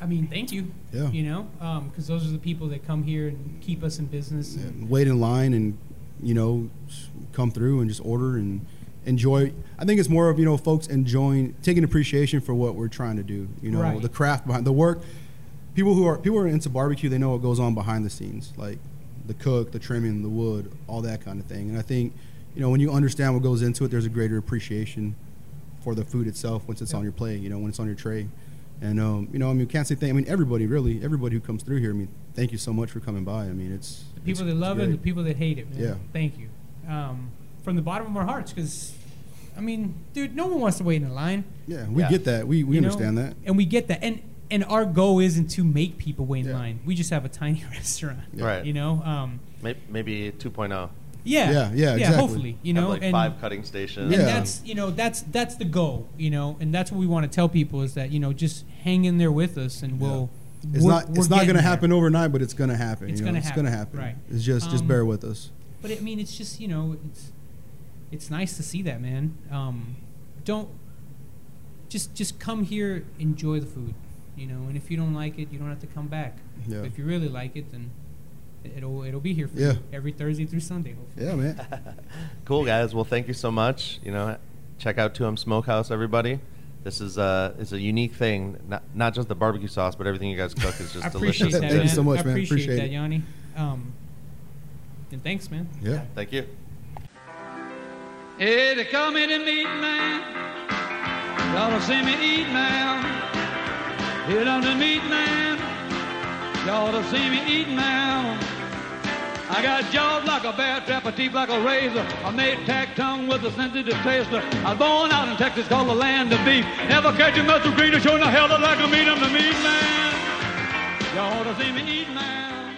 Speaker 3: I mean, thank you.
Speaker 4: Yeah.
Speaker 3: You know, because those are the people that come here and keep us in business.
Speaker 4: Yeah,
Speaker 3: and-
Speaker 4: wait in line and you know s- come through and just order and enjoy i think it's more of you know folks enjoying taking appreciation for what we're trying to do you know
Speaker 3: Right.
Speaker 4: the craft behind the work people who are people who are into barbecue they know what goes on behind the scenes like the cook the trimming the wood all that kind of thing and i think you know when you understand what goes into it there's a greater appreciation for the food itself once it's
Speaker 3: Yeah.
Speaker 4: on your plate you know when it's on your tray and um, you know i mean can't say thank i mean everybody really everybody who comes through here i mean thank you so much for coming by i mean it's
Speaker 3: the people that love it and the people that hate it, man.
Speaker 4: Yeah.
Speaker 3: Thank you. Um, from the bottom of our hearts, because, I mean, dude, no one wants to wait in a line.
Speaker 4: Yeah, we
Speaker 5: Yeah.
Speaker 4: get that. We we
Speaker 3: you know?
Speaker 4: understand that.
Speaker 3: And we get that. And, and our goal isn't to make people wait in
Speaker 4: Yeah.
Speaker 3: line. We just have a tiny restaurant.
Speaker 4: Yeah.
Speaker 5: Right.
Speaker 3: You know? Um,
Speaker 5: May- Maybe 2.0.
Speaker 3: Yeah.
Speaker 4: Yeah, yeah, exactly.
Speaker 3: Hopefully, you know,
Speaker 5: Have like
Speaker 3: and,
Speaker 5: five cutting stations.
Speaker 3: and
Speaker 4: Yeah.
Speaker 3: that's you know that's that's the goal, you know, and that's what we want to tell people is that you know just hang in there with us and we'll.
Speaker 4: It's
Speaker 3: we're-
Speaker 4: not
Speaker 3: we're
Speaker 4: it's not
Speaker 3: getting
Speaker 4: going to
Speaker 3: there.
Speaker 4: happen overnight, but it's going to happen.
Speaker 3: It's
Speaker 4: you know?
Speaker 3: gonna
Speaker 4: it's
Speaker 3: happen,
Speaker 4: going to happen.
Speaker 3: right.
Speaker 4: It's just just
Speaker 3: Um,
Speaker 4: bear with us.
Speaker 3: But I mean, it's just you know it's it's nice to see that man. Um, don't just just come here, enjoy the food, you know, and if you don't like it, you don't have to come back.
Speaker 4: Yeah.
Speaker 3: But if you really like it, then it'll it'll be here for
Speaker 4: Yeah.
Speaker 3: you every Thursday through Sunday. Hopefully.
Speaker 4: Yeah, man.
Speaker 5: Cool guys. Well, thank you so much. You know, check out 2M Smokehouse, everybody. This is a it's a unique thing. Not not just the barbecue sauce, but everything you guys cook is just
Speaker 3: I appreciate
Speaker 5: delicious.
Speaker 3: that.
Speaker 5: and
Speaker 4: Thank you
Speaker 3: man.
Speaker 4: so much,
Speaker 3: I
Speaker 4: man.
Speaker 3: Appreciate,
Speaker 4: Appreciate
Speaker 3: that,
Speaker 4: it.
Speaker 3: Yanni. Um, and thanks, man.
Speaker 4: Yeah.
Speaker 5: Thank you.
Speaker 1: Hey, they call me the meat man. Y'all see me eat now. Hit on the meat man. Y'all see me eat now. I got jaws like a bear trap, a teeth like a razor. I made tack tongue with a sensitive taster. I was born out in Texas called the land of beef. Never catch a muscle greener, showing the hell that like a meat. I'm the meat man. Y'all see me eat now.